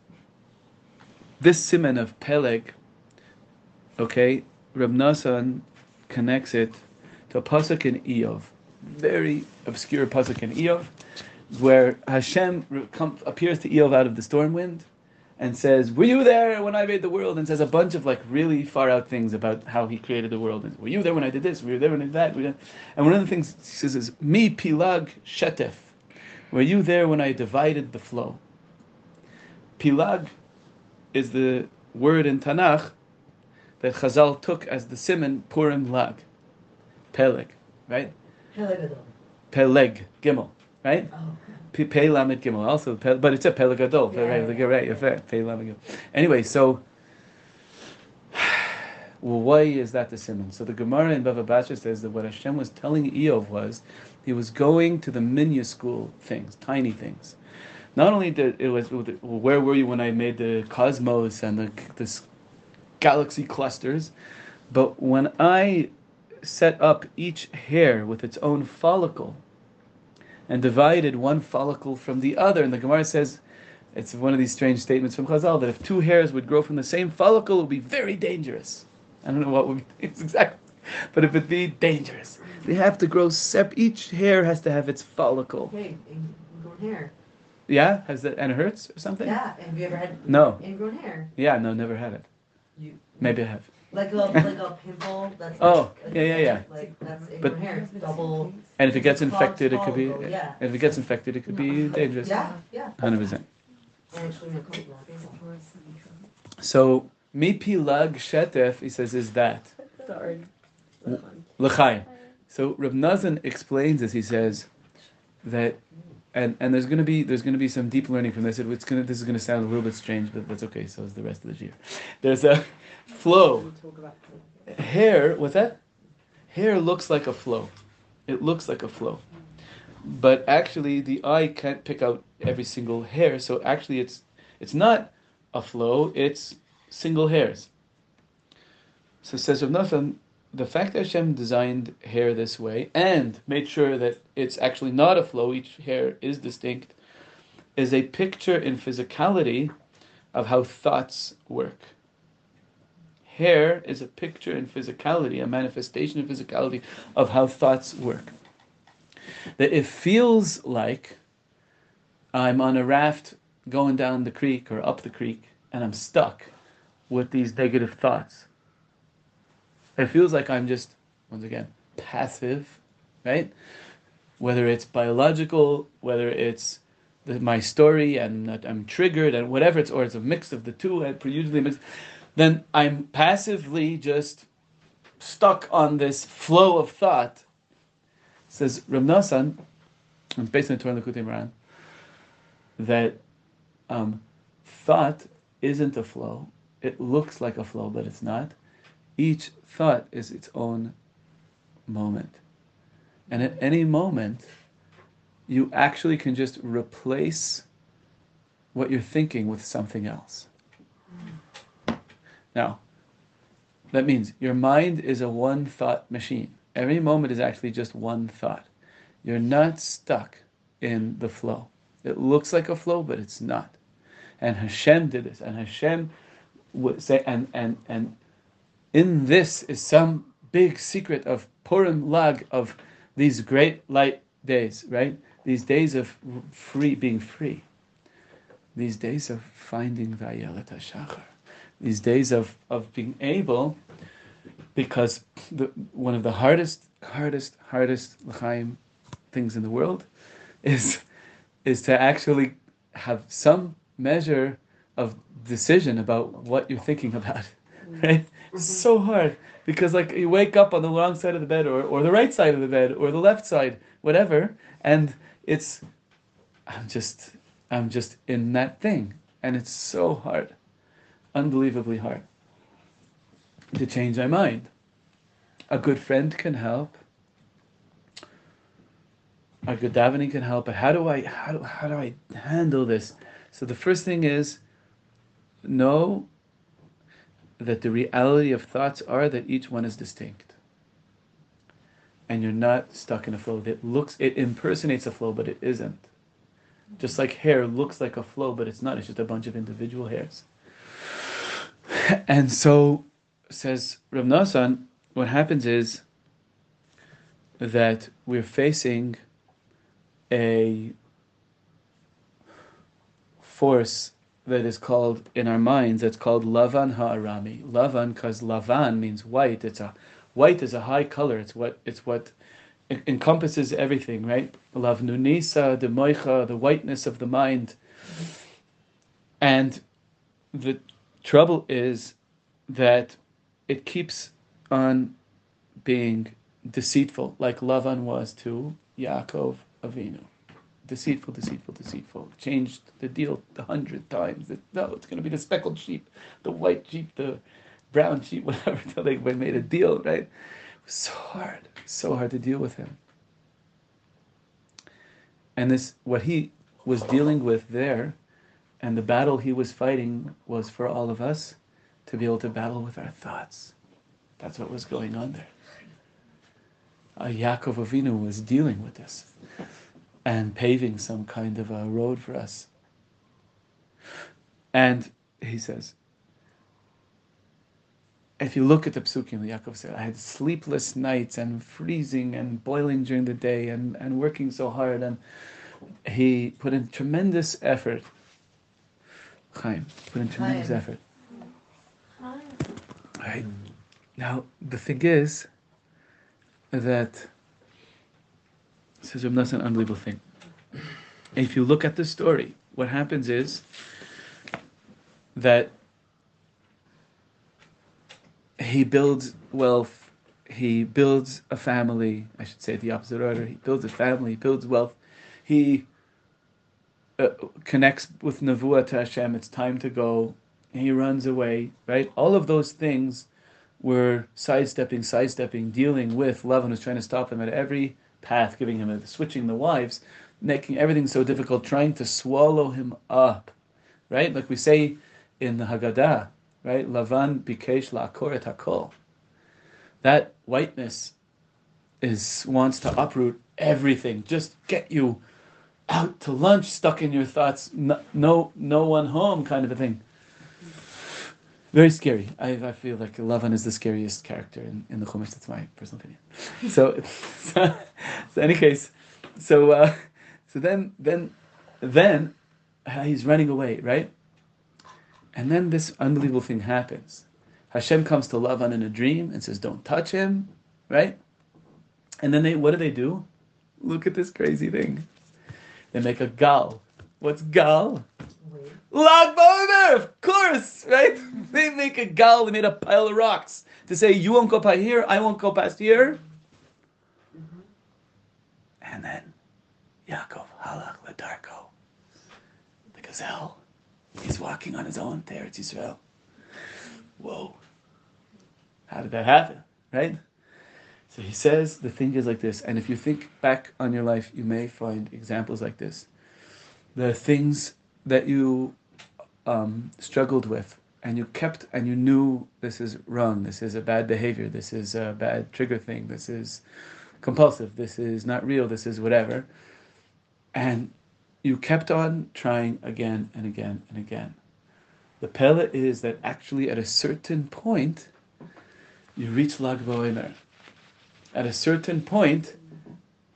S1: this siman of Peleg Okay, Reb Nassan connects it to a pasuk in Eov, very obscure pasuk in Eov, where Hashem re- come, appears to Eov out of the storm wind, and says, "Were you there when I made the world?" and says a bunch of like really far out things about how he created the world. And, Were you there when I did this? Were you there when I did that? Were you- And one of the things he says is, "Me pilag shetef." Were you there when I divided the flow? Pilag is the word in Tanakh that Chazal took as the simon Purim Lag. Peleg, right?
S4: Hello.
S1: Peleg, Gimel, right?
S4: Oh.
S1: P- Pe Lamed Gimel, also, Pe- but it's a Peleg Adol,
S4: Yeah,
S1: right?
S4: yeah,
S1: Like, right, you're fair, Pe Lamed Gimel. Anyway, so, <sighs> well, why is that the simon? So the Gemara in Bava Basra says that what Hashem was telling Eov was, he was going to the minya school things, tiny things. Not only did it was where were you when I made the cosmos and the this galaxy clusters, but when I set up each hair with its own follicle and divided one follicle from the other, and the Gemara says it's one of these strange statements from Chazal that if two hairs would grow from the same follicle, it would be very dangerous. I don't know what would be <laughs> it's exactly, but it would be dangerous. They have to grow sep. Each hair has to have its follicle.
S4: Okay, ingrown hair.
S1: Yeah, has that and it hurts or something?
S4: Yeah, have you ever had
S1: No.
S4: ingrown hair?
S1: Yeah, no, never had it.
S4: You-
S1: Maybe I have.
S4: Like a like a pimple that's
S1: Oh,
S4: like,
S1: yeah, yeah, yeah.
S4: Like that's
S1: But-
S4: ingrown hair. It's double
S1: And if it gets
S4: It's called
S1: infected, it could be.
S4: follicle, yeah.
S1: If it gets infected, it could be dangerous.
S4: Yeah, yeah.
S1: Hundred percent.
S4: And actually my cousin got it.
S1: So mipi lag shetef, he says, is that
S7: Sorry.
S1: l'chaim. So Reb Nazan explains this. He says that, and and there's gonna be there's gonna be some deep learning from this. It, it's gonna this is gonna sound a little bit strange, but that's okay. So is the rest of the year. There's a <laughs> flow. Hair. What's that? Hair looks like a flow. It looks like a flow. But actually, the eye can't pick out every single hair. So actually, it's it's not a flow. It's single hairs. So says Rav Nachman, the fact that Hashem designed hair this way and made sure that it's actually not a flow, each hair is distinct, is a picture in physicality of how thoughts work. Hair is a picture in physicality, a manifestation in physicality of how thoughts work. That it feels like I'm on a raft going down the creek or up the creek and I'm stuck with these negative thoughts it feels like I'm just once again passive, right? Whether it's biological, whether it's the, my story and that I'm triggered and whatever it's, or it's a mix of the two, and usually mix, then I'm passively just stuck on this flow of thought. Says Ramnasan, and based on the Torah Likutei Moran, that um, thought isn't a flow. It looks like a flow, but it's not each thought is its own moment. And at any moment, you actually can just replace what you're thinking with something else. Now, that means your mind is a one thought machine. Every moment is actually just one thought. You're not stuck in the flow. It looks like a flow, but it's not. And Hashem did this. And Hashem would say, and, and, and in this is some big secret of Purim Lag of these great light days, right? These days of free being free. These days of finding Vayelet HaShachar. These days of, of being able, because the, one of the hardest, hardest, hardest l'chaim things in the world is, is to actually have some measure of decision about what you're thinking about, right? It's so hard because like you wake up on the wrong side of the bed or, or the right side of the bed or the left side whatever and it's i'm just i'm just in that thing and it's so hard unbelievably hard to change my mind a good friend can help a good davening can help but how do i how do, how do i handle this so the first thing is know that the reality of thoughts are that each one is distinct. And you're not stuck in a flow that looks, it impersonates a flow, but it isn't. Just like hair looks like a flow, but it's not. It's just a bunch of individual hairs. And so says Rav Nosson, what happens is that we're facing a force that is called in our minds that's called Lavan Ha'arami. Lavan, because Lavan means white. It's a white is a high color. It's what it's what en- encompasses everything, right? Lavnunisa, the moicha, the whiteness of the mind. And the trouble is that it keeps on being deceitful, like Lavan was to Yaakov Avinu. Deceitful, deceitful, deceitful. Changed the deal a hundred times. That, no, it's going to be the speckled sheep, the white sheep, the brown sheep, <laughs> whatever. Until they made a deal, right? It was so hard, so hard to deal with him. And this, what he was dealing with there, and the battle he was fighting was for all of us to be able to battle with our thoughts. That's what was going on there. Uh, Yaakov Avinu was dealing with this and paving some kind of a road for us. And he says, if you look at the psukim, Yaakov said, I had sleepless nights and freezing and boiling during the day and, and working so hard. And he put in tremendous effort. Chaim put in tremendous
S4: Chaim.
S1: effort. Right. Now the thing is that says Rav Nosson, an unbelievable thing. If you look at the story, what happens is that he builds wealth, he builds a family. I should say it the opposite order. He builds a family, he builds wealth, he uh, connects with Navua to Hashem. It's time to go he runs away, right? All of those things were sidestepping, sidestepping, dealing with Levin was trying to stop him at every path, giving him a, switching the wives, making everything so difficult, trying to swallow him up, right? Like we say in the Haggadah, right? Lavan bikesh la'akor et hakol. That whiteness is wants to uproot everything, just get you out to lunch, stuck in your thoughts, no, no, no one home, kind of a thing. Very scary. I, I feel like Lavan is the scariest character in, in the Chumash. That's my personal opinion. So, so, so any case, so uh, so then then then uh, he's running away, right? And then this unbelievable thing happens. Hashem comes to Lavan in a dream and says, "Don't touch him," right? And then they what do they do? Look at this crazy thing. They make a gal. What's gal?
S4: Wait.
S1: Lag Baomer, of course, right? <laughs> They make a gal, they made a pile of rocks to say, you won't go by here, I won't go past here. And then Yaakov Halach Ladarko, the gazelle, he's walking on his own there, it's Israel. Whoa. How did that happen, right? So he says the thing is like this, and if you think back on your life, you may find examples like this. The things that you um, struggled with and you kept and you knew this is wrong, this is a bad behavior, this is a bad trigger thing, this is compulsive, this is not real, this is whatever. And you kept on trying again and again and again. The pella is that actually at a certain point, you reach Lag BaOmer. At a certain point,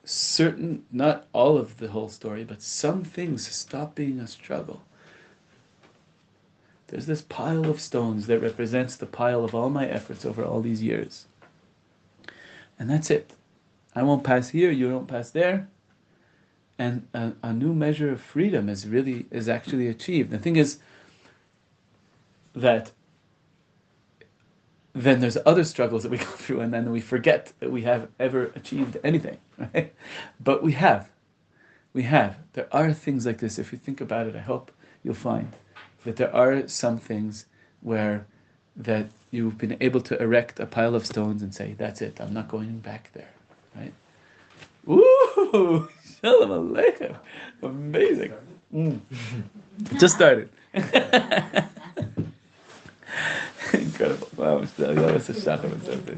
S1: certain not all of the whole story but some things stop being a struggle there's this pile of stones that represents the pile of all my efforts over all these years and that's it i won't pass here you don't pass there and a, a new measure of freedom is really is actually achieved the thing is that then there's other struggles that we <laughs> go through and then we forget that we have ever achieved anything <laughs> right but we have we have there are things like this if you think about it i hope you'll find that there are some things where that you've been able to erect a pile of stones and say that's it i'm not going back there right Ooh, <laughs> shalom aleichem amazing Mm. just started Incredible. Wow, Michelle, you always a shock of this. dus.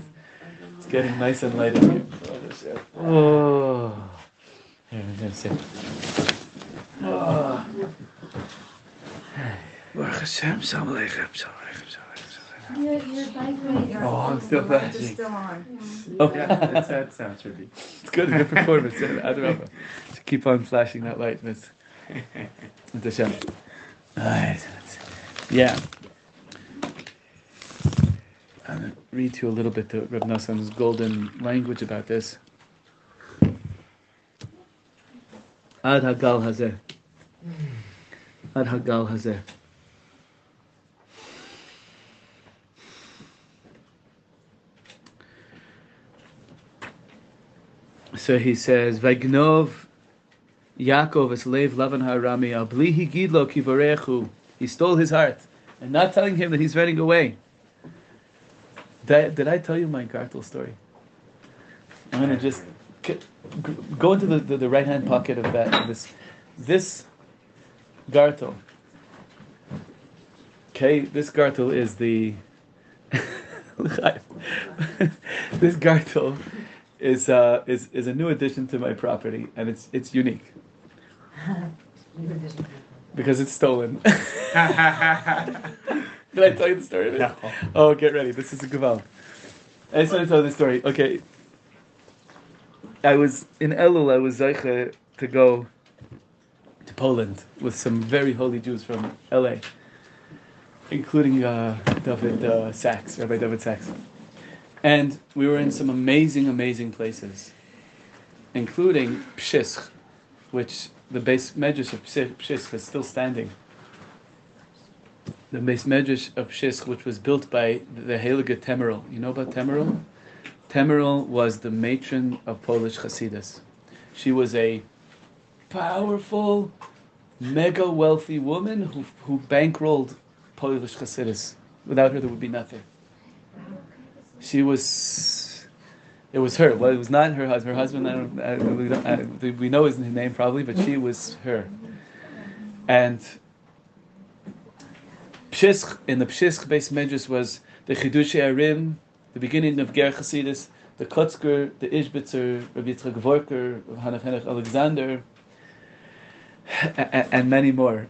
S1: It's getting nice and light in here. Oh, this is- Oh, here, I'm gonna sit. Oh. Baruch Hashem, Shalom Aleichem, Shalom Aleichem, Shalom Aleichem, Shalom Aleichem.
S3: Your, your bike ride.
S1: Oh, I'm still
S3: The lights are
S1: flashing.
S3: Still on.
S1: Oh, yeah, that's, that sounds trippy. It's good, good performance. yeah, I don't know. Just keep on flashing that light, Miss. Miss Hashem. All right. Yeah. I'm going to read to you a little bit the Reb Nassan's golden language about this. Ad Hagal Hazeh. Ad Hagal Hazeh. So he says, Vagnov Yaakov is lev lavan harami ablihi gidlo kivarechu. He stole his heart, and not telling him that he's running away. Did I, did I tell you my Gartel story? I'm gonna just g- g- go into the, the, the right hand pocket of that of this this Gartel. Okay, this Gartel is the this Gartel is uh, is is a new addition to my property, and it's it's unique because it's stolen. <laughs> Did I tell you the story? Of it?
S9: No.
S1: Oh, get ready. This is a gaval. I just want to tell this story. Okay. I was in Elul. I was zeicha to go to Poland with some very holy Jews from LA, including uh, David uh, Sachs, Rabbi David Sachs, and we were in some amazing, amazing places, including Pshisk, which the base medrash of Psi- Pshisk is still standing the Beis Medrash of Shisk, which was built by the Heilige Temerel. You know about Temerel? Temerel was the matron of Polish Hasidus. She was a powerful, mega wealthy woman who, who bankrolled Polish Hasidus. Without her, there would be nothing. She was. It was her. Well, it was not her husband. Her husband, I don't, I, we, don't, I, we know his name probably, but she was her. And Pshisk in the Pshisk based medrash was the Chidush Arim, the beginning of Ger Chasidus, the Kotzker, the Ishbitzer, Rabbi Yitzchak Vorker, Hanach Henech Alexander, a- a- and many more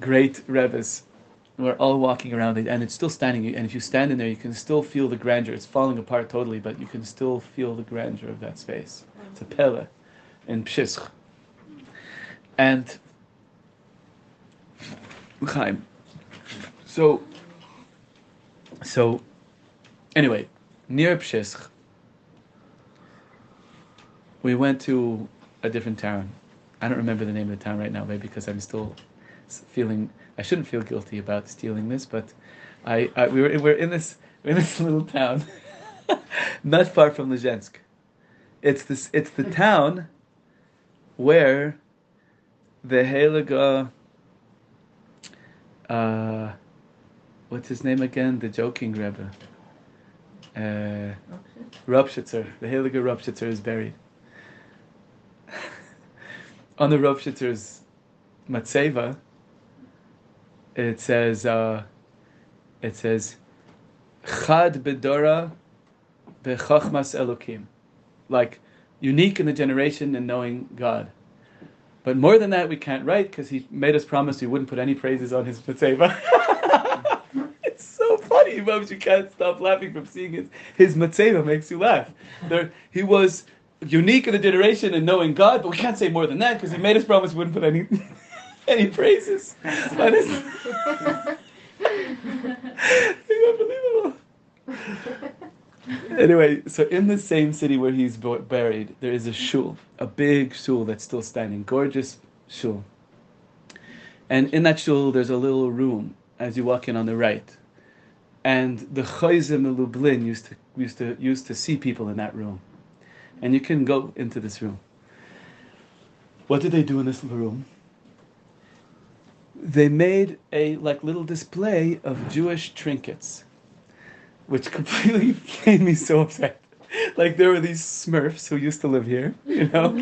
S1: great Rebbe's. We're all walking around it, and it's still standing. And if you stand in there, you can still feel the grandeur. It's falling apart totally, but you can still feel the grandeur of that space. It's a pele in Pshisk. And Chaim, so, so, anyway, near Pshisk, we went to a different town. I don't remember the name of the town right now, maybe because I'm still s- feeling. I shouldn't feel guilty about stealing this, but I, I we were we're in this we're in this <laughs> little town, not far from Lezhensk. It's this it's the town where the Heilige uh, what's his name again? The joking Rebbe. Uh, Rupschitzer. The Heilige Rupschitzer is buried. On the Rupschitzer's Matseva, it says, uh, it says, Chad bedora bechachmas elokim. Like, unique in the generation and knowing God. But more than that, we can't write because he made us promise we wouldn't put any praises on his matzeva. <laughs> it's so funny, Mom. You can't stop laughing from seeing his his matzeva makes you laugh. There, he was unique in the generation and knowing God, but we can't say more than that because he made us promise we wouldn't put any <laughs> any praises on his. <laughs> Unbelievable. Anyway, so in the same city where he's bu- buried, there is a shul, a big shul that's still standing, gorgeous shul. And in that shul, there's a little room as you walk in on the right, and the chayzim in Lublin used to used to used to see people in that room, and you can go into this room. What did they do in this little room? They made a like little display of Jewish trinkets which completely <laughs> made me so upset. Like there were these Smurfs who used to live here, you know,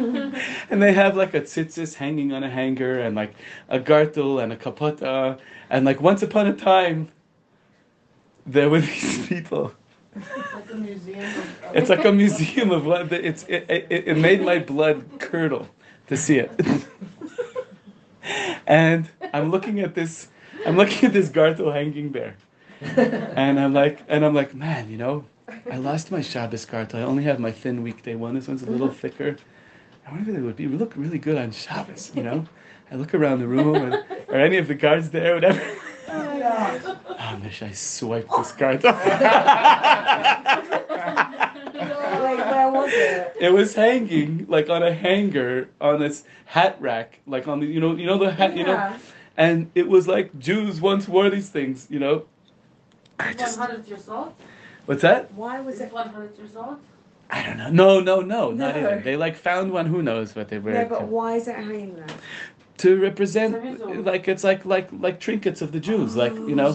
S1: and they have like a tzitzis hanging on a hanger, and like a gartel and a kapota, and like once upon a time, there were <laughs> these people.
S8: Like a museum of, of
S1: It's like a museum of what the- it's. It, it, it made my blood curdle to
S8: <laughs>
S1: see it, <laughs> and I'm looking at this. I'm looking at this gartel hanging there, and I'm like, and I'm like, man, you know, I lost my Shabbos card. I only have my thin weekday one. This one's a little thicker. I wonder if it would be. We look really good on Shabbos, you know. I look around the room, and are any of the cards there? Whatever. <laughs> I wish I swiped this card. <laughs>
S7: Wait, where was it?
S1: it was hanging like on a hanger on this hat rack, like on the you know you know the hat you know, and it was like Jews once wore these things, you know. I just
S5: 100 years old?
S1: what's that?
S7: Why was
S5: Is
S7: it?
S5: it 100 years old?
S1: I don't know. No, no, no, not
S7: No.
S1: even. They like found one. Who knows what they wear
S7: No,
S1: it
S7: but
S1: to.
S7: why is it hanging there?
S1: to
S5: Rizzo.
S1: represent like it's like like like trinkets of the Jews, like you know.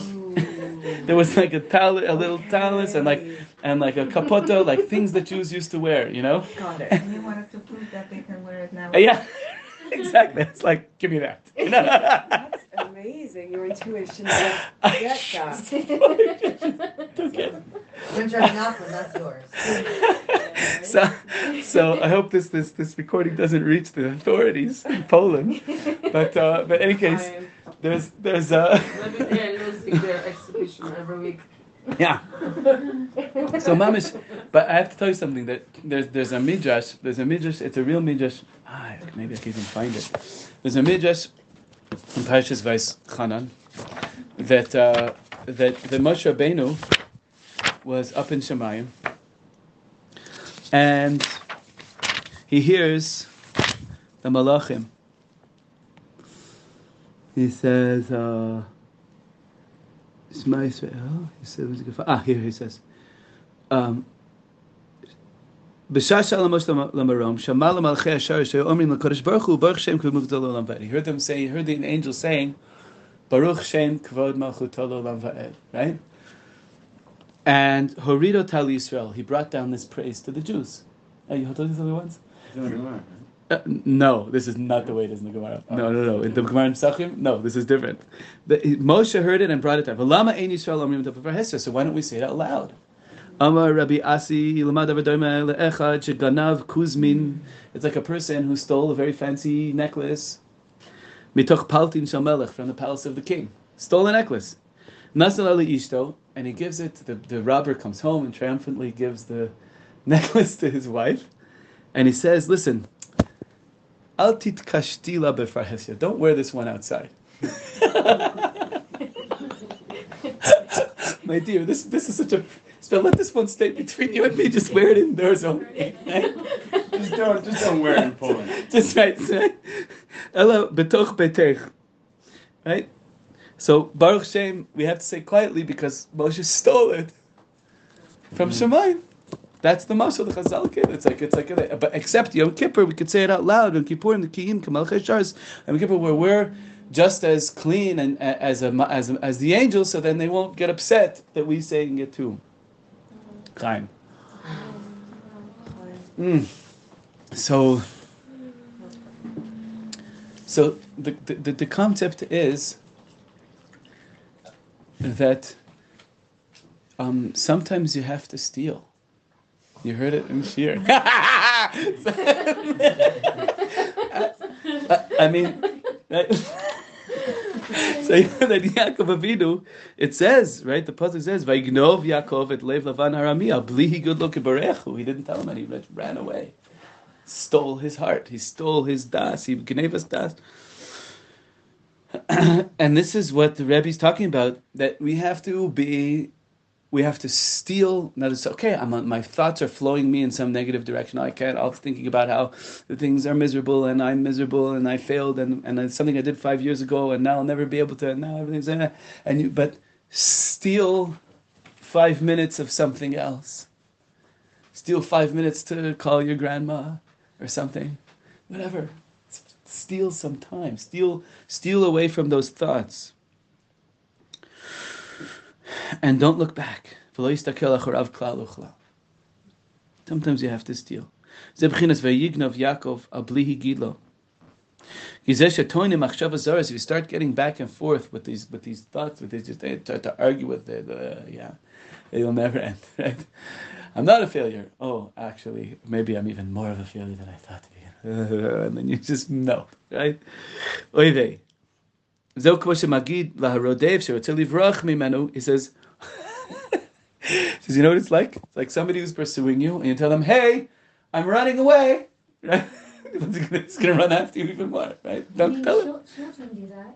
S1: There was like a tal a little talus, and like
S7: Okay.
S1: and like a capoto, like things that Jews used to wear, you know. Uh,
S7: Got it.
S3: And you wanted to prove that they can wear it now.
S1: Yeah, <laughs> exactly. It's like give me that. <laughs> You know?
S7: <laughs> That's amazing. Your intuition.
S1: <laughs>
S7: is like, Get that.
S1: Took it.
S4: Winter and Nachman, that's yours.
S1: <laughs> so, so I hope this, this this recording doesn't reach the authorities in Poland. But uh, but any case,
S5: I'm
S1: there's there's uh
S5: living there, losing their exhibition every week.
S1: yeah.
S7: <laughs>
S1: So mamish, but I have to tell you something that there's there's a midrash. There's a midrash. It's a real midrash. Ah, maybe I can even find it. There's a midrash in Parashas Vais Hanan that uh, that the Moshe Rabbeinu was up in Shemayim and he hears the malachim. He says, uh, "Shema Yisrael." He says, what's it go for? "Ah, here he says." Um, בשעה למוש למרום, שמע למלכי השער אשר אומרים לקדוש ברוך הוא, ברוך שם כבוד מלכותו לעולם ועד. He heard them say, he heard the angel saying, ברוך שם כבוד מלכותו לעולם ועד, right? And Horido Tal Yisrael, he brought down this praise to the Jews. Uh, you told these other ones? Uh, no, this is not the way it is in the Gemara. No, no, no. In the Gemara in Pesachim, no, this is different. The, Moshe heard it and brought it down. "V'lama ein Yisrael omrim davar hesed?" So why don't we say it out loud? Amar Rabbi Asi "Lama davar doima le'echad sheganav kuzmin." It's like a person who stole a very fancy necklace. Mitoch paltin shel melech from the palace of the king. Stole a necklace. Nasal ali ishto, and he gives it. To the the robber comes home and triumphantly gives the <laughs> necklace to his wife, and he says, "Listen." Al titkashti la befarhesya. Don't wear this one outside. <laughs> My dear, this this is such a. So let this one stay between you and me. Just wear it indoors only. right?
S8: <laughs>
S1: <laughs>
S9: Just don't, just don't wear it in Poland.
S1: Just right. <laughs> right? Ella betoch betech. Right. So Baruch Shem, we have to say quietly because Moshe stole it from
S9: Mm.
S1: Shemayim. That's the muscle, the Chazal kid. It's like it's like, uh, but except Yom Kippur, we could say it out loud. Yom Kippur and the Kiyim, Kamal Cheshars, and Yom Kippur, where we're just as clean and a- as a, as as the angels, so then they won't get upset that we saying it too. Chaim. Mm. So, so the, the the- the concept is that um, sometimes you have to steal. You heard it in <laughs> Sheer. I, I mean, right? <laughs> so you know that Yaakov Avinu, it says, right? The pasuk says, "Vaignov Yaakov et lev Lavan Haramia, blihi good look barechu." He didn't tell him, and he just ran away, stole his heart, he stole his das, he gave us das. <clears throat> and this is what the Rebbe's talking about: that we have to be we have to steal. Now it's okay. I'm on, my thoughts are flowing me in some negative direction. I can't. I'm thinking about how the things are miserable and I'm miserable and I failed and and it's something I did five years ago and now I'll never be able to. And now everything's eh. and you but steal five minutes of something else. Steal five minutes to call your grandma or something, whatever. S- Steal some time. Steal steal away from those thoughts and don't look back. ולא יסתכל אחריו כלל וכלל. Sometimes you have to steal. זה בחינת ויגנב יעקב על בלי הגיד לו. כי זה שטוענים מחשב הזורס, if you start getting back and forth with these, with these thoughts, with these, just they start to argue with it, uh, yeah, it'll never <laughs> end, right? I'm not a failure. Oh, actually, maybe I'm even more of a failure than I thought to be. <laughs> and then you just know, right? אוי ויי. זהו כמו שמגיד להרודף שרוצה לברוח ממנו, he says, <laughs> She says, you know what it's like? It's like somebody who's pursuing you, and you tell them, "Hey, I'm running away." <laughs> Right? it's gonna run after you even more, right?
S10: I
S1: Don't
S10: mean,
S1: tell it.
S10: chil- Children do that.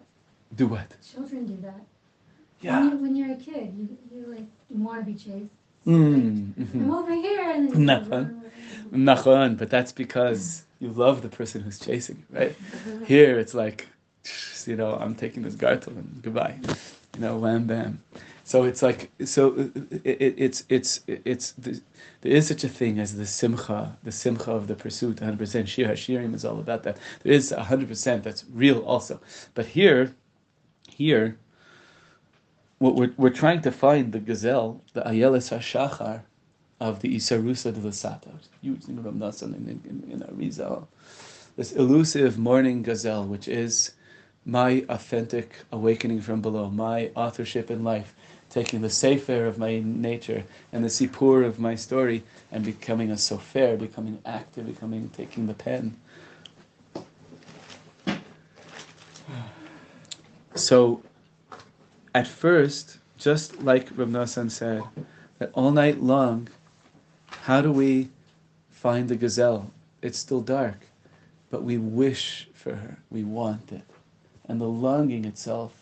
S1: Do what?
S10: Children do that.
S1: Yeah.
S10: When, you, when you're a kid, you, you like want to be chased.
S1: Mm.
S10: I'm
S1: mhm.
S10: over here, and then you
S1: Not
S10: run away.
S1: Nachon, but that's because you love the person who's chasing you, right? Here it's like, you know, I'm taking this gartel and goodbye, you know, wham bam. So it's like, so it, it, it's it's it's the, there is such a thing as the simcha, the simcha of the pursuit. 100% shir hashirim is all about that. There is 100% that's real also, but here, here. What we're, we're trying to find the gazelle, the Ayeles HaShachar, of the Isarusa de Lasata, huge thing of Amnasan in, in, in Arizal. This elusive morning gazelle, which is my authentic awakening from below, my authorship in life, taking the sefer of my nature and the sipur of my story and becoming a sofer, becoming active, becoming taking the pen. So, at first, just like Ramnasan said, that all night long, how do we find the gazelle? It's still dark, but we wish for her. We want it. And the longing itself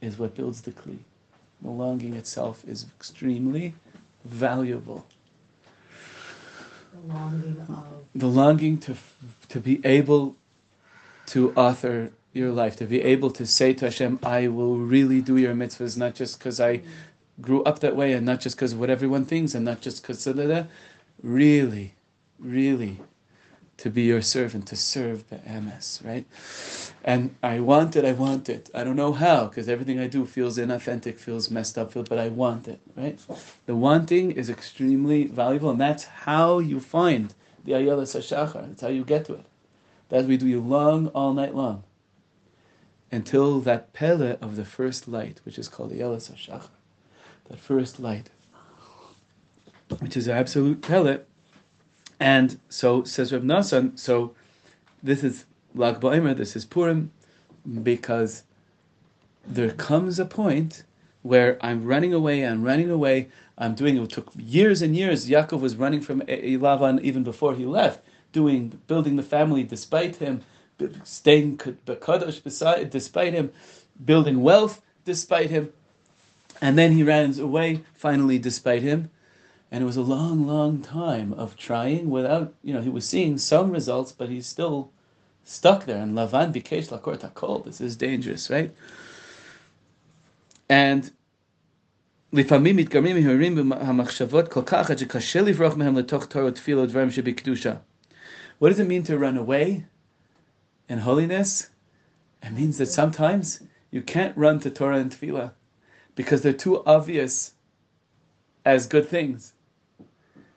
S1: is what builds the kli. The longing itself is extremely valuable.
S4: The longing of
S1: The longing to, to be able to author your life, to be able to say to Hashem, I will really do your mitzvahs, not just because I grew up that way and not just because what everyone thinks and not just because really, really to be your servant, to serve the MS, right? And I want it, I want it. I don't know how, because everything I do feels inauthentic, feels messed up, feel, but I want it, right? The wanting is extremely valuable, and that's how you find the Ayala Sashachar. That's how you get to it. That's we do you long all night long. Until that pele of the first light, which is called Ayala Sashachar, that first light, which is absolute pele, and so says Reb Nassan, so this is Lag BaOmer, this is Purim, because there comes a point where I'm running away, I'm running away, I'm doing it. took years and years. Yaakov was running from E- E- Lavan even before he left, doing building the family despite him, b- staying k- B'kadosh beside, despite him, building wealth despite him, and then he runs away finally despite him. And it was a long, long time of trying without, you know, he was seeing some results, but he's still stuck there. And Lavan bikesh lakor takol. This is dangerous, right? And לפעמים מתגרמים מהרים במחשבות כל כך עד שקשה לברוח מהם לתוך תורה ותפילה ודברים שבקדושה. What does it mean to run away in holiness? It means that sometimes you can't run to Torah and Tefillah because they're too obvious as good things.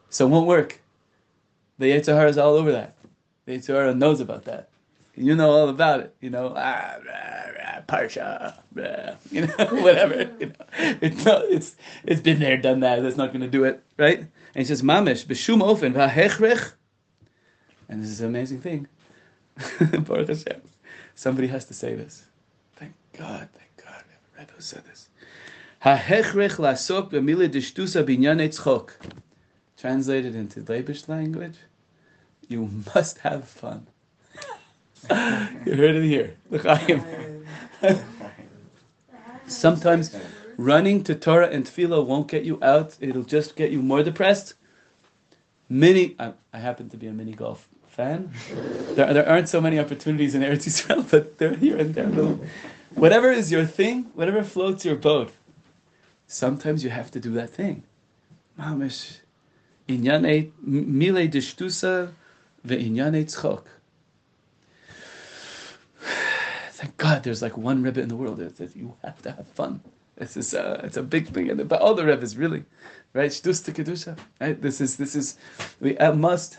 S1: So it won't work. The Yetzirah is all over that. The Yetzirah knows about that. You know all about it. You know, ah, rah, rah, parsha, rah, you know, <laughs> whatever. You know, it's not, it's it's been there, done that. That's not going to do it, right? And he says, mamish b'shum ofen v'hechrech. And this is an amazing thing. <laughs> Baruch Hashem. Somebody has to say this. Thank God. Thank God. We have a Rebbe who said this. Ha'hechrech lasok b'mila deshtusa b'inyanei tzchok. Translated into Leibish language, you must have fun. <laughs> you heard it here. L'chaim. Sometimes running to Torah and Tefillah won't get you out. It'll just get you more depressed. Mini, I, I happen to be a mini golf fan. There, there aren't so many opportunities in Eretz Yisrael, <laughs> but they're here and there. Little, whatever is your thing, whatever floats your boat sometimes you have to do that thing. Mamish, inyane mile deshtusa veinyane tzchok. Thank God, there's like one rebbe in the world that says you have to have fun. This is uh, it's a big thing, and but all the rebbes really, right? Shtus to kedusha. Right? This is this is we uh, must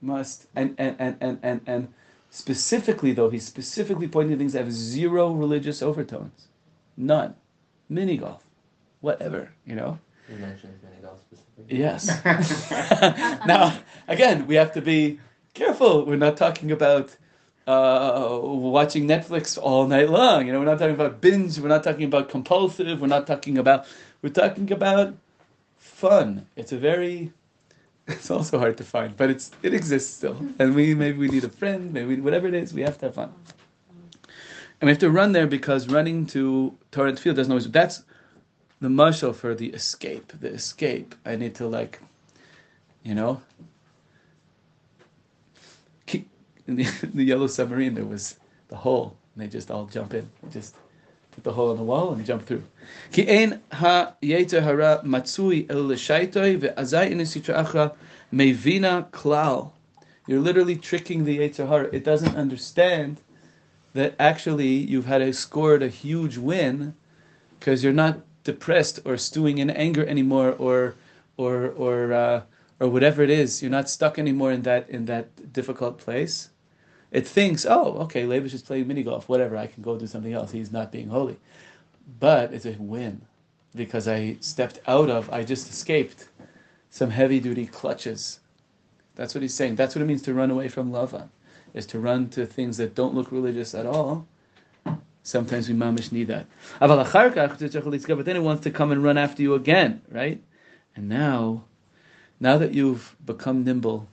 S1: must and and and and and and specifically though he specifically pointed to things that have zero religious overtones, none, mini golf whatever, you know?
S6: You mentioned many golf specifically.
S1: Yes. <laughs> now, again, we have to be careful. We're not talking about uh, watching Netflix all night long. You know, we're not talking about binge. We're not talking about compulsive. We're not talking about We're talking about fun. It's a very <laughs> it's also hard to find, but it's it exists still. And we maybe we need a friend, maybe whatever it is, we have to have fun. And we have to run there because running to Torrent Field doesn't always that's the muscle for the escape. The escape. I need to like you know kick in the, <laughs> the yellow submarine there was the hole and they just all jump in. Just put the hole in the wall and jump through. כי אין היתר הרע מצוי אלא לשייטוי, ואזי אינסitra אחרא מבינה כלל. You're literally tricking the Yetzer Hara. It doesn't understand that actually you've had a scored a huge win because you're not depressed or stewing in anger anymore or or or uh, or whatever it is. You're not stuck anymore in that in that difficult place. It thinks, oh, okay, Lavish is playing mini golf. Whatever, I can go do something else. He's not being holy, but it's a win because I stepped out of. I just escaped some heavy duty clutches. That's what he's saying. That's what it means to run away from lava, is to run to things that don't look religious at all. Sometimes we mamish need that. אבל אחר כך, but then it wants to come and run after you again, right? And now, now that you've become nimble,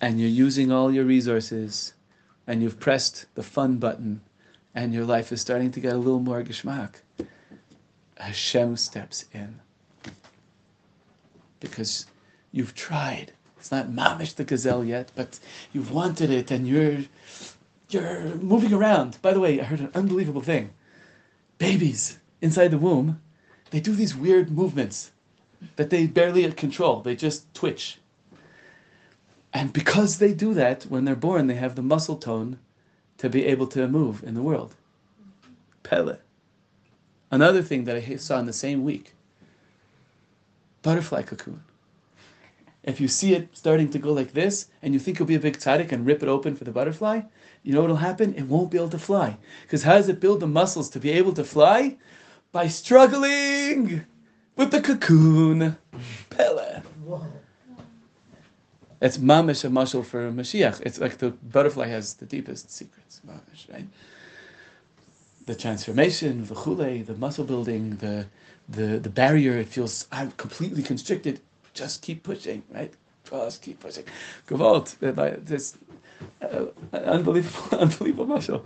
S1: and you're using all your resources, and you've pressed the fun button, and your life is starting to get a little more geschmack, Hashem steps in. Because you've tried. It's not mamish the gazelle yet, but you've wanted it, and you're you're moving around. By the way, I heard an unbelievable thing. Babies inside the womb, they do these weird movements that they barely control. They just twitch. And because they do that, when they're born, they have the muscle tone to be able to move in the world. Pele. Another thing that I saw in the same week butterfly cocoon. If you see it starting to go like this, and you think you'll be a big tzaddik and rip it open for the butterfly, you know what'll happen? It won't be able to fly. Because how does it build the muscles to be able to fly? By struggling with the cocoon. Pele. It's mamish a muscle for Mashiach. It's like the butterfly has the deepest secrets, mamish, right? The transformation, the chule, the muscle building, the the the barrier. It feels I'm completely constricted. Just keep pushing, right? Just keep pushing. Gavalt, this uh, unbelievable, <laughs> unbelievable muscle.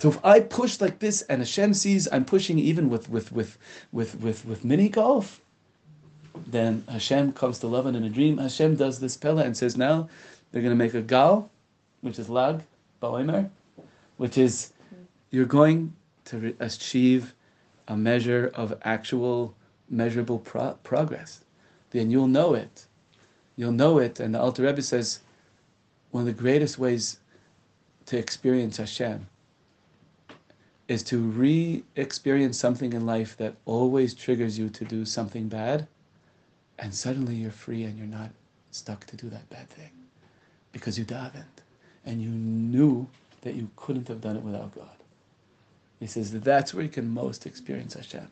S1: So if I push like this, and Hashem sees I'm pushing even with with with with with, with mini golf, then Hashem comes to Lavan in a dream. Hashem does this Pella and says, now they're going to make a Gal, which is Lag, Baoimer, which is you're going to re- achieve a measure of actual measurable pro- progress. Then you'll know it. You'll know it. And the Alter Rebbe says, one of the greatest ways to experience Hashem is to re experience something in life that always triggers you to do something bad and suddenly you're free and you're not stuck to do that bad thing because you davened and you knew that you couldn't have done it without God. He says that that's where you can most experience Hashem.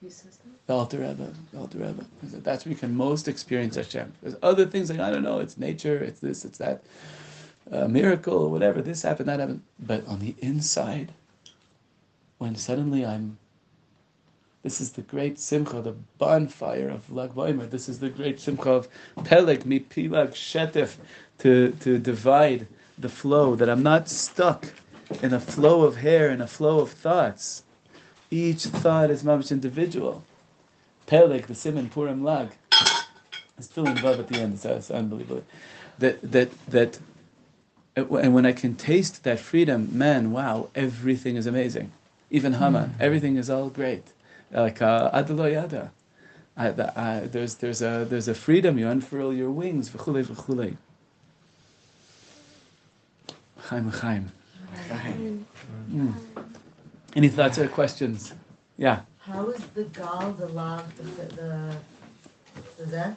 S7: Who says that?
S1: The Alter Rebbe, the Alter Rebbe. He said that's where you can most experience Hashem. There's other things like I don't know, it's nature, it's this, it's that, a miracle, whatever. This happened, that happened. But on the inside, when suddenly I'm this is the great simcha, the bonfire of Lag Baimer. This is the great simcha of Peleg, Mipilag, Shetef, to, to divide the flow, that I'm not stuck in a flow of hair and a flow of thoughts. Each thought is mamish individual. Peleg, the Simon Purim Lag, is filling love at the end. It's, it's unbelievable. That, that, that, and when I can taste that freedom, man, wow, everything is amazing. Even Haman, everything is all great like uh, Adlo Yada. I, the, I, there's, there's, a, there's a freedom, you unfurl your wings, v'chule v'chule. Chaim Chaim. Mm. Any thoughts or questions? Yeah,
S4: How is the gal, the log, the, the, the, the,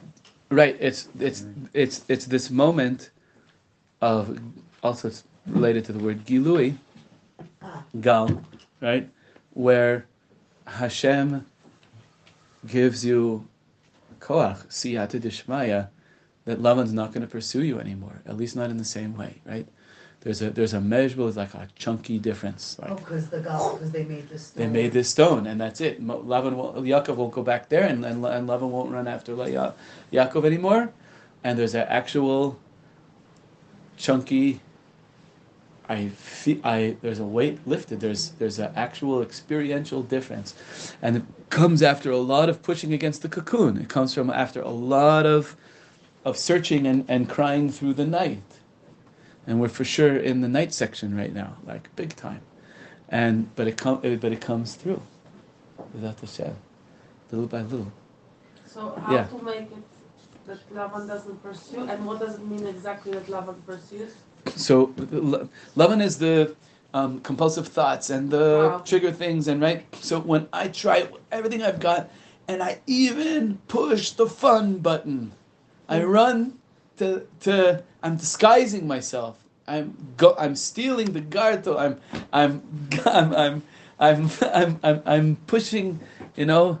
S1: right. It's, it's, it's, it's this moment of, also it's related to the word gilui,
S4: ah,
S1: gal, right? Where Hashem gives you koach, siyata dishmaya, that Lavan's not going to pursue you anymore, at least not in the same way, right? There's a there's a measurable, there's like a chunky difference. Like
S4: Oh, because the God, because they made this.
S1: they made this stone, and that's it. Mo- Lavan won't, Yaakov won't go back there, and and, and Lavan won't run after La- Ya- Yaakov anymore. And there's an actual chunky. I feel I there's a weight lifted. There's there's an actual experiential difference, and it comes after a lot of pushing against the cocoon. It comes from after a lot of of searching and, and crying through the night. And we're for sure in the night section right now, like big time. And but it com- uh, but it comes through without the shed, little by little.
S5: So how
S1: Yeah.
S5: to make it that Lavan doesn't pursue, and what does it mean exactly that Lavan
S3: <laughs>
S5: pursues?
S1: So l- Lavan is the um, compulsive thoughts and the
S5: Wow.
S1: trigger things and right. So when I try everything I've got, and I even push the fun button, I run to to. I'm disguising myself. I'm go. I'm stealing the garto. I'm I'm <laughs> I'm I'm I'm I'm I'm, I'm pushing. You know.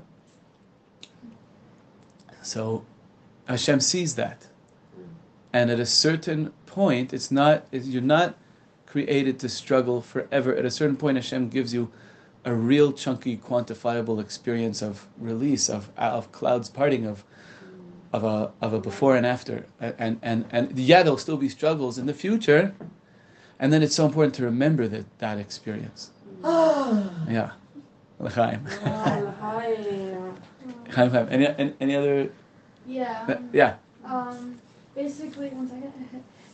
S1: So, Hashem sees that and at a certain point it's not it's, you're not created to struggle forever at a certain point hashem gives you a real chunky quantifiable experience of release of of clouds parting of of a of a before and after and and and yeah there'll still be struggles in the future and then it's so important to remember that that experience yeah
S7: <laughs>
S1: L'chaim.
S5: Wow, hi.
S1: Chaim, chaim. Any, any any other
S10: Yeah.
S1: yeah
S10: Um, basically, one second.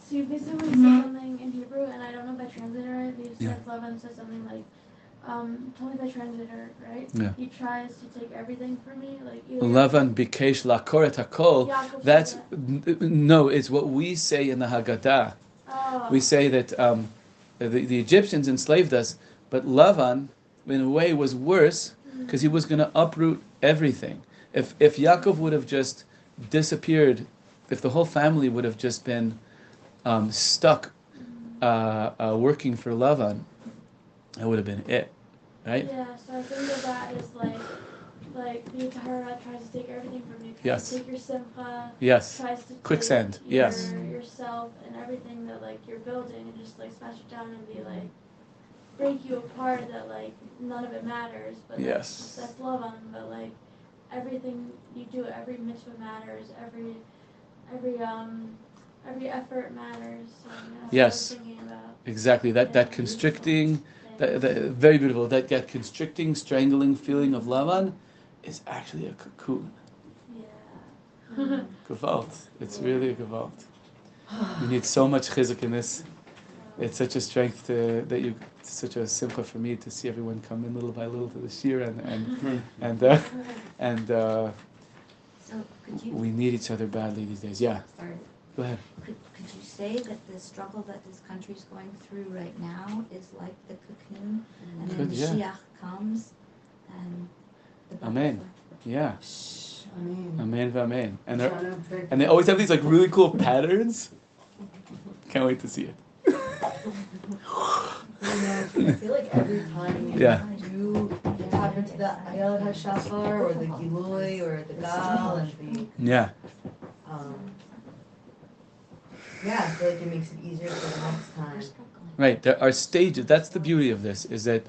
S10: <laughs> So you basically said something in Hebrew, and I don't know if I translated it right. but You said
S1: Yeah.
S10: Lavan said something like, um, tell me if I translated it right.
S1: Yeah.
S10: He tries to take everything from me, like either
S1: Lavan bikesh lakoret hakol.
S10: Yaakov said
S1: That's
S10: that.
S1: n- no. It's what we say in the Haggadah.
S10: Oh,
S1: we say that um, the, the Egyptians enslaved us, but Lavan, in a way, was worse
S10: Mm-hmm.
S1: because he was going to uproot everything. If, if Yaakov would have just disappeared, if the whole family would have just been um, stuck uh, uh, working for Lavan, that would have been it, right?
S10: Yeah, so I think of that as like, like the Tahara tries to take everything from you. Tries
S1: Yes.
S10: To take your simcha.
S1: Yes.
S10: Tries to take
S1: Quicksand,
S10: Your,
S1: yes.
S10: Yourself and everything that like you're building and just like smash it down and be like, break you apart that like none of it matters. But like,
S1: Yes.
S10: That's love on, but like everything you do, every mitzvah matters. Every, every um, every effort matters. So, yeah, that's what I was
S1: Yes.
S10: Thinking about
S1: Exactly. That, that constricting, that, that, very beautiful, that, that constricting, strangling feeling of Lavan is actually a cocoon. <laughs>
S10: Yeah.
S1: Gewalt. It's really a gewalt. You need so much chizik in this. It's such a strength to, that you. It's such a simcha for me to see everyone come in little by little to this year, and and and uh, and uh,
S2: So could you
S1: we need each other badly these days. Yeah,
S2: sorry,
S1: go ahead.
S2: could, could you say that the struggle that this country's going through right now is like the cocoon, and then
S1: Could, yeah.
S2: Mashiach comes, and the
S1: Amen.
S2: butterfly-
S1: Yeah,
S3: I mean,
S1: amen, amen. And
S3: I
S1: they're,
S3: don't think
S1: and they always have these like really cool patterns. Can't wait to see it.
S4: You know, I feel like every time you
S1: Yeah.
S4: do tap into the Ayal HaShachar or the Gilui or the Gal and the
S1: Yeah,
S4: um, yeah, I feel like it makes it easier for the next time.
S1: right. There are stages. That's the beauty of this is that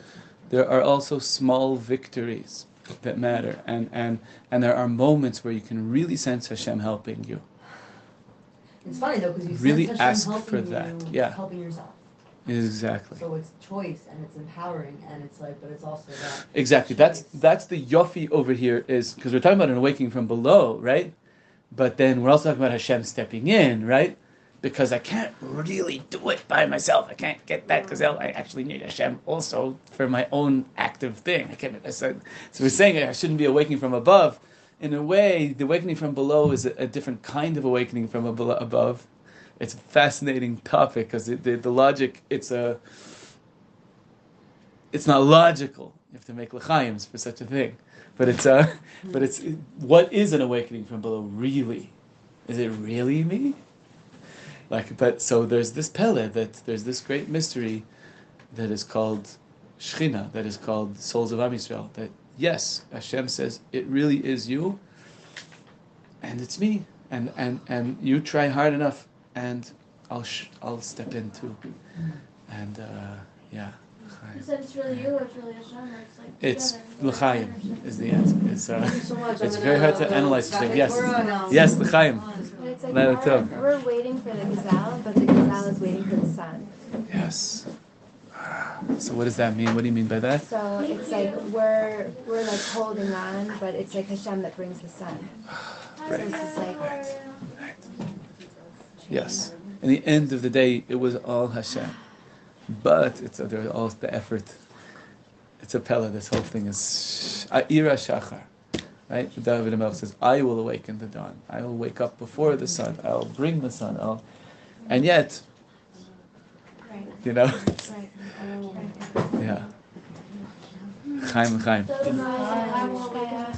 S1: there are also small victories that matter, and and and there are moments where you can really sense Hashem helping you.
S4: It's funny though because you
S1: Really
S4: sense Hashem
S1: ask
S4: helping
S1: for that,
S4: you,
S1: yeah.
S4: helping yourself.
S1: Exactly.
S4: So it's choice and it's empowering and it's like, but it's also that.
S1: Exactly. That's
S4: choice.
S1: that's the yofi over here is because we're talking about an awakening from below, right? But then we're also talking about Hashem stepping in, right? Because I can't really do it by myself. I can't get that because I actually need Hashem also for my own active thing. I can't. So, so we're saying I shouldn't be awakening from above. In a way, the awakening from below is a, a different kind of awakening from abo- above. It's a fascinating topic because the, the logic it's a it's not logical. You have to make l'chaims for such a thing, but it's uh, but it's what is an awakening from below really? Is it really me? Like, but so there's this pele that there's this great mystery that is called Shechina, that is called souls of Am Yisrael. That yes, Hashem says it really is you, and it's me, and and and you try hard enough, and I'll sh- I'll step in too, and uh, yeah.
S10: You
S1: L'chaim.
S10: said it's really you or it's really Hashem or it's like
S1: It's
S10: together.
S1: l'chaim is the answer. It's uh,
S4: Thank you so much. I'm
S1: it's
S4: gonna
S1: very hard to
S4: go
S1: analyze this
S4: back
S1: thing.
S4: to
S1: Yes.
S4: Torah now.
S1: yes, l'chaim.
S2: And it's like
S1: Let it
S2: our-
S1: go.
S2: we're waiting for the gazelle, but the gazelle is waiting for the sun.
S1: Yes. Ah, So what does that mean? What do you mean by that?
S2: So it's like we're we're like holding on, but it's like Hashem that brings the sun. So it's just like
S1: Yes. In the end of the day, it was all Hashem, but it's uh, there was all the effort. It's a pella. This whole thing is Aira Shachar, right? David Melch says, "I will awaken the dawn. I will wake up before the sun. I'll bring the sun. I'll," and yet,
S2: right,
S1: you know, <laughs>
S2: right,
S1: yeah. Chaim, Chaim.
S10: So my- I uh, will wake up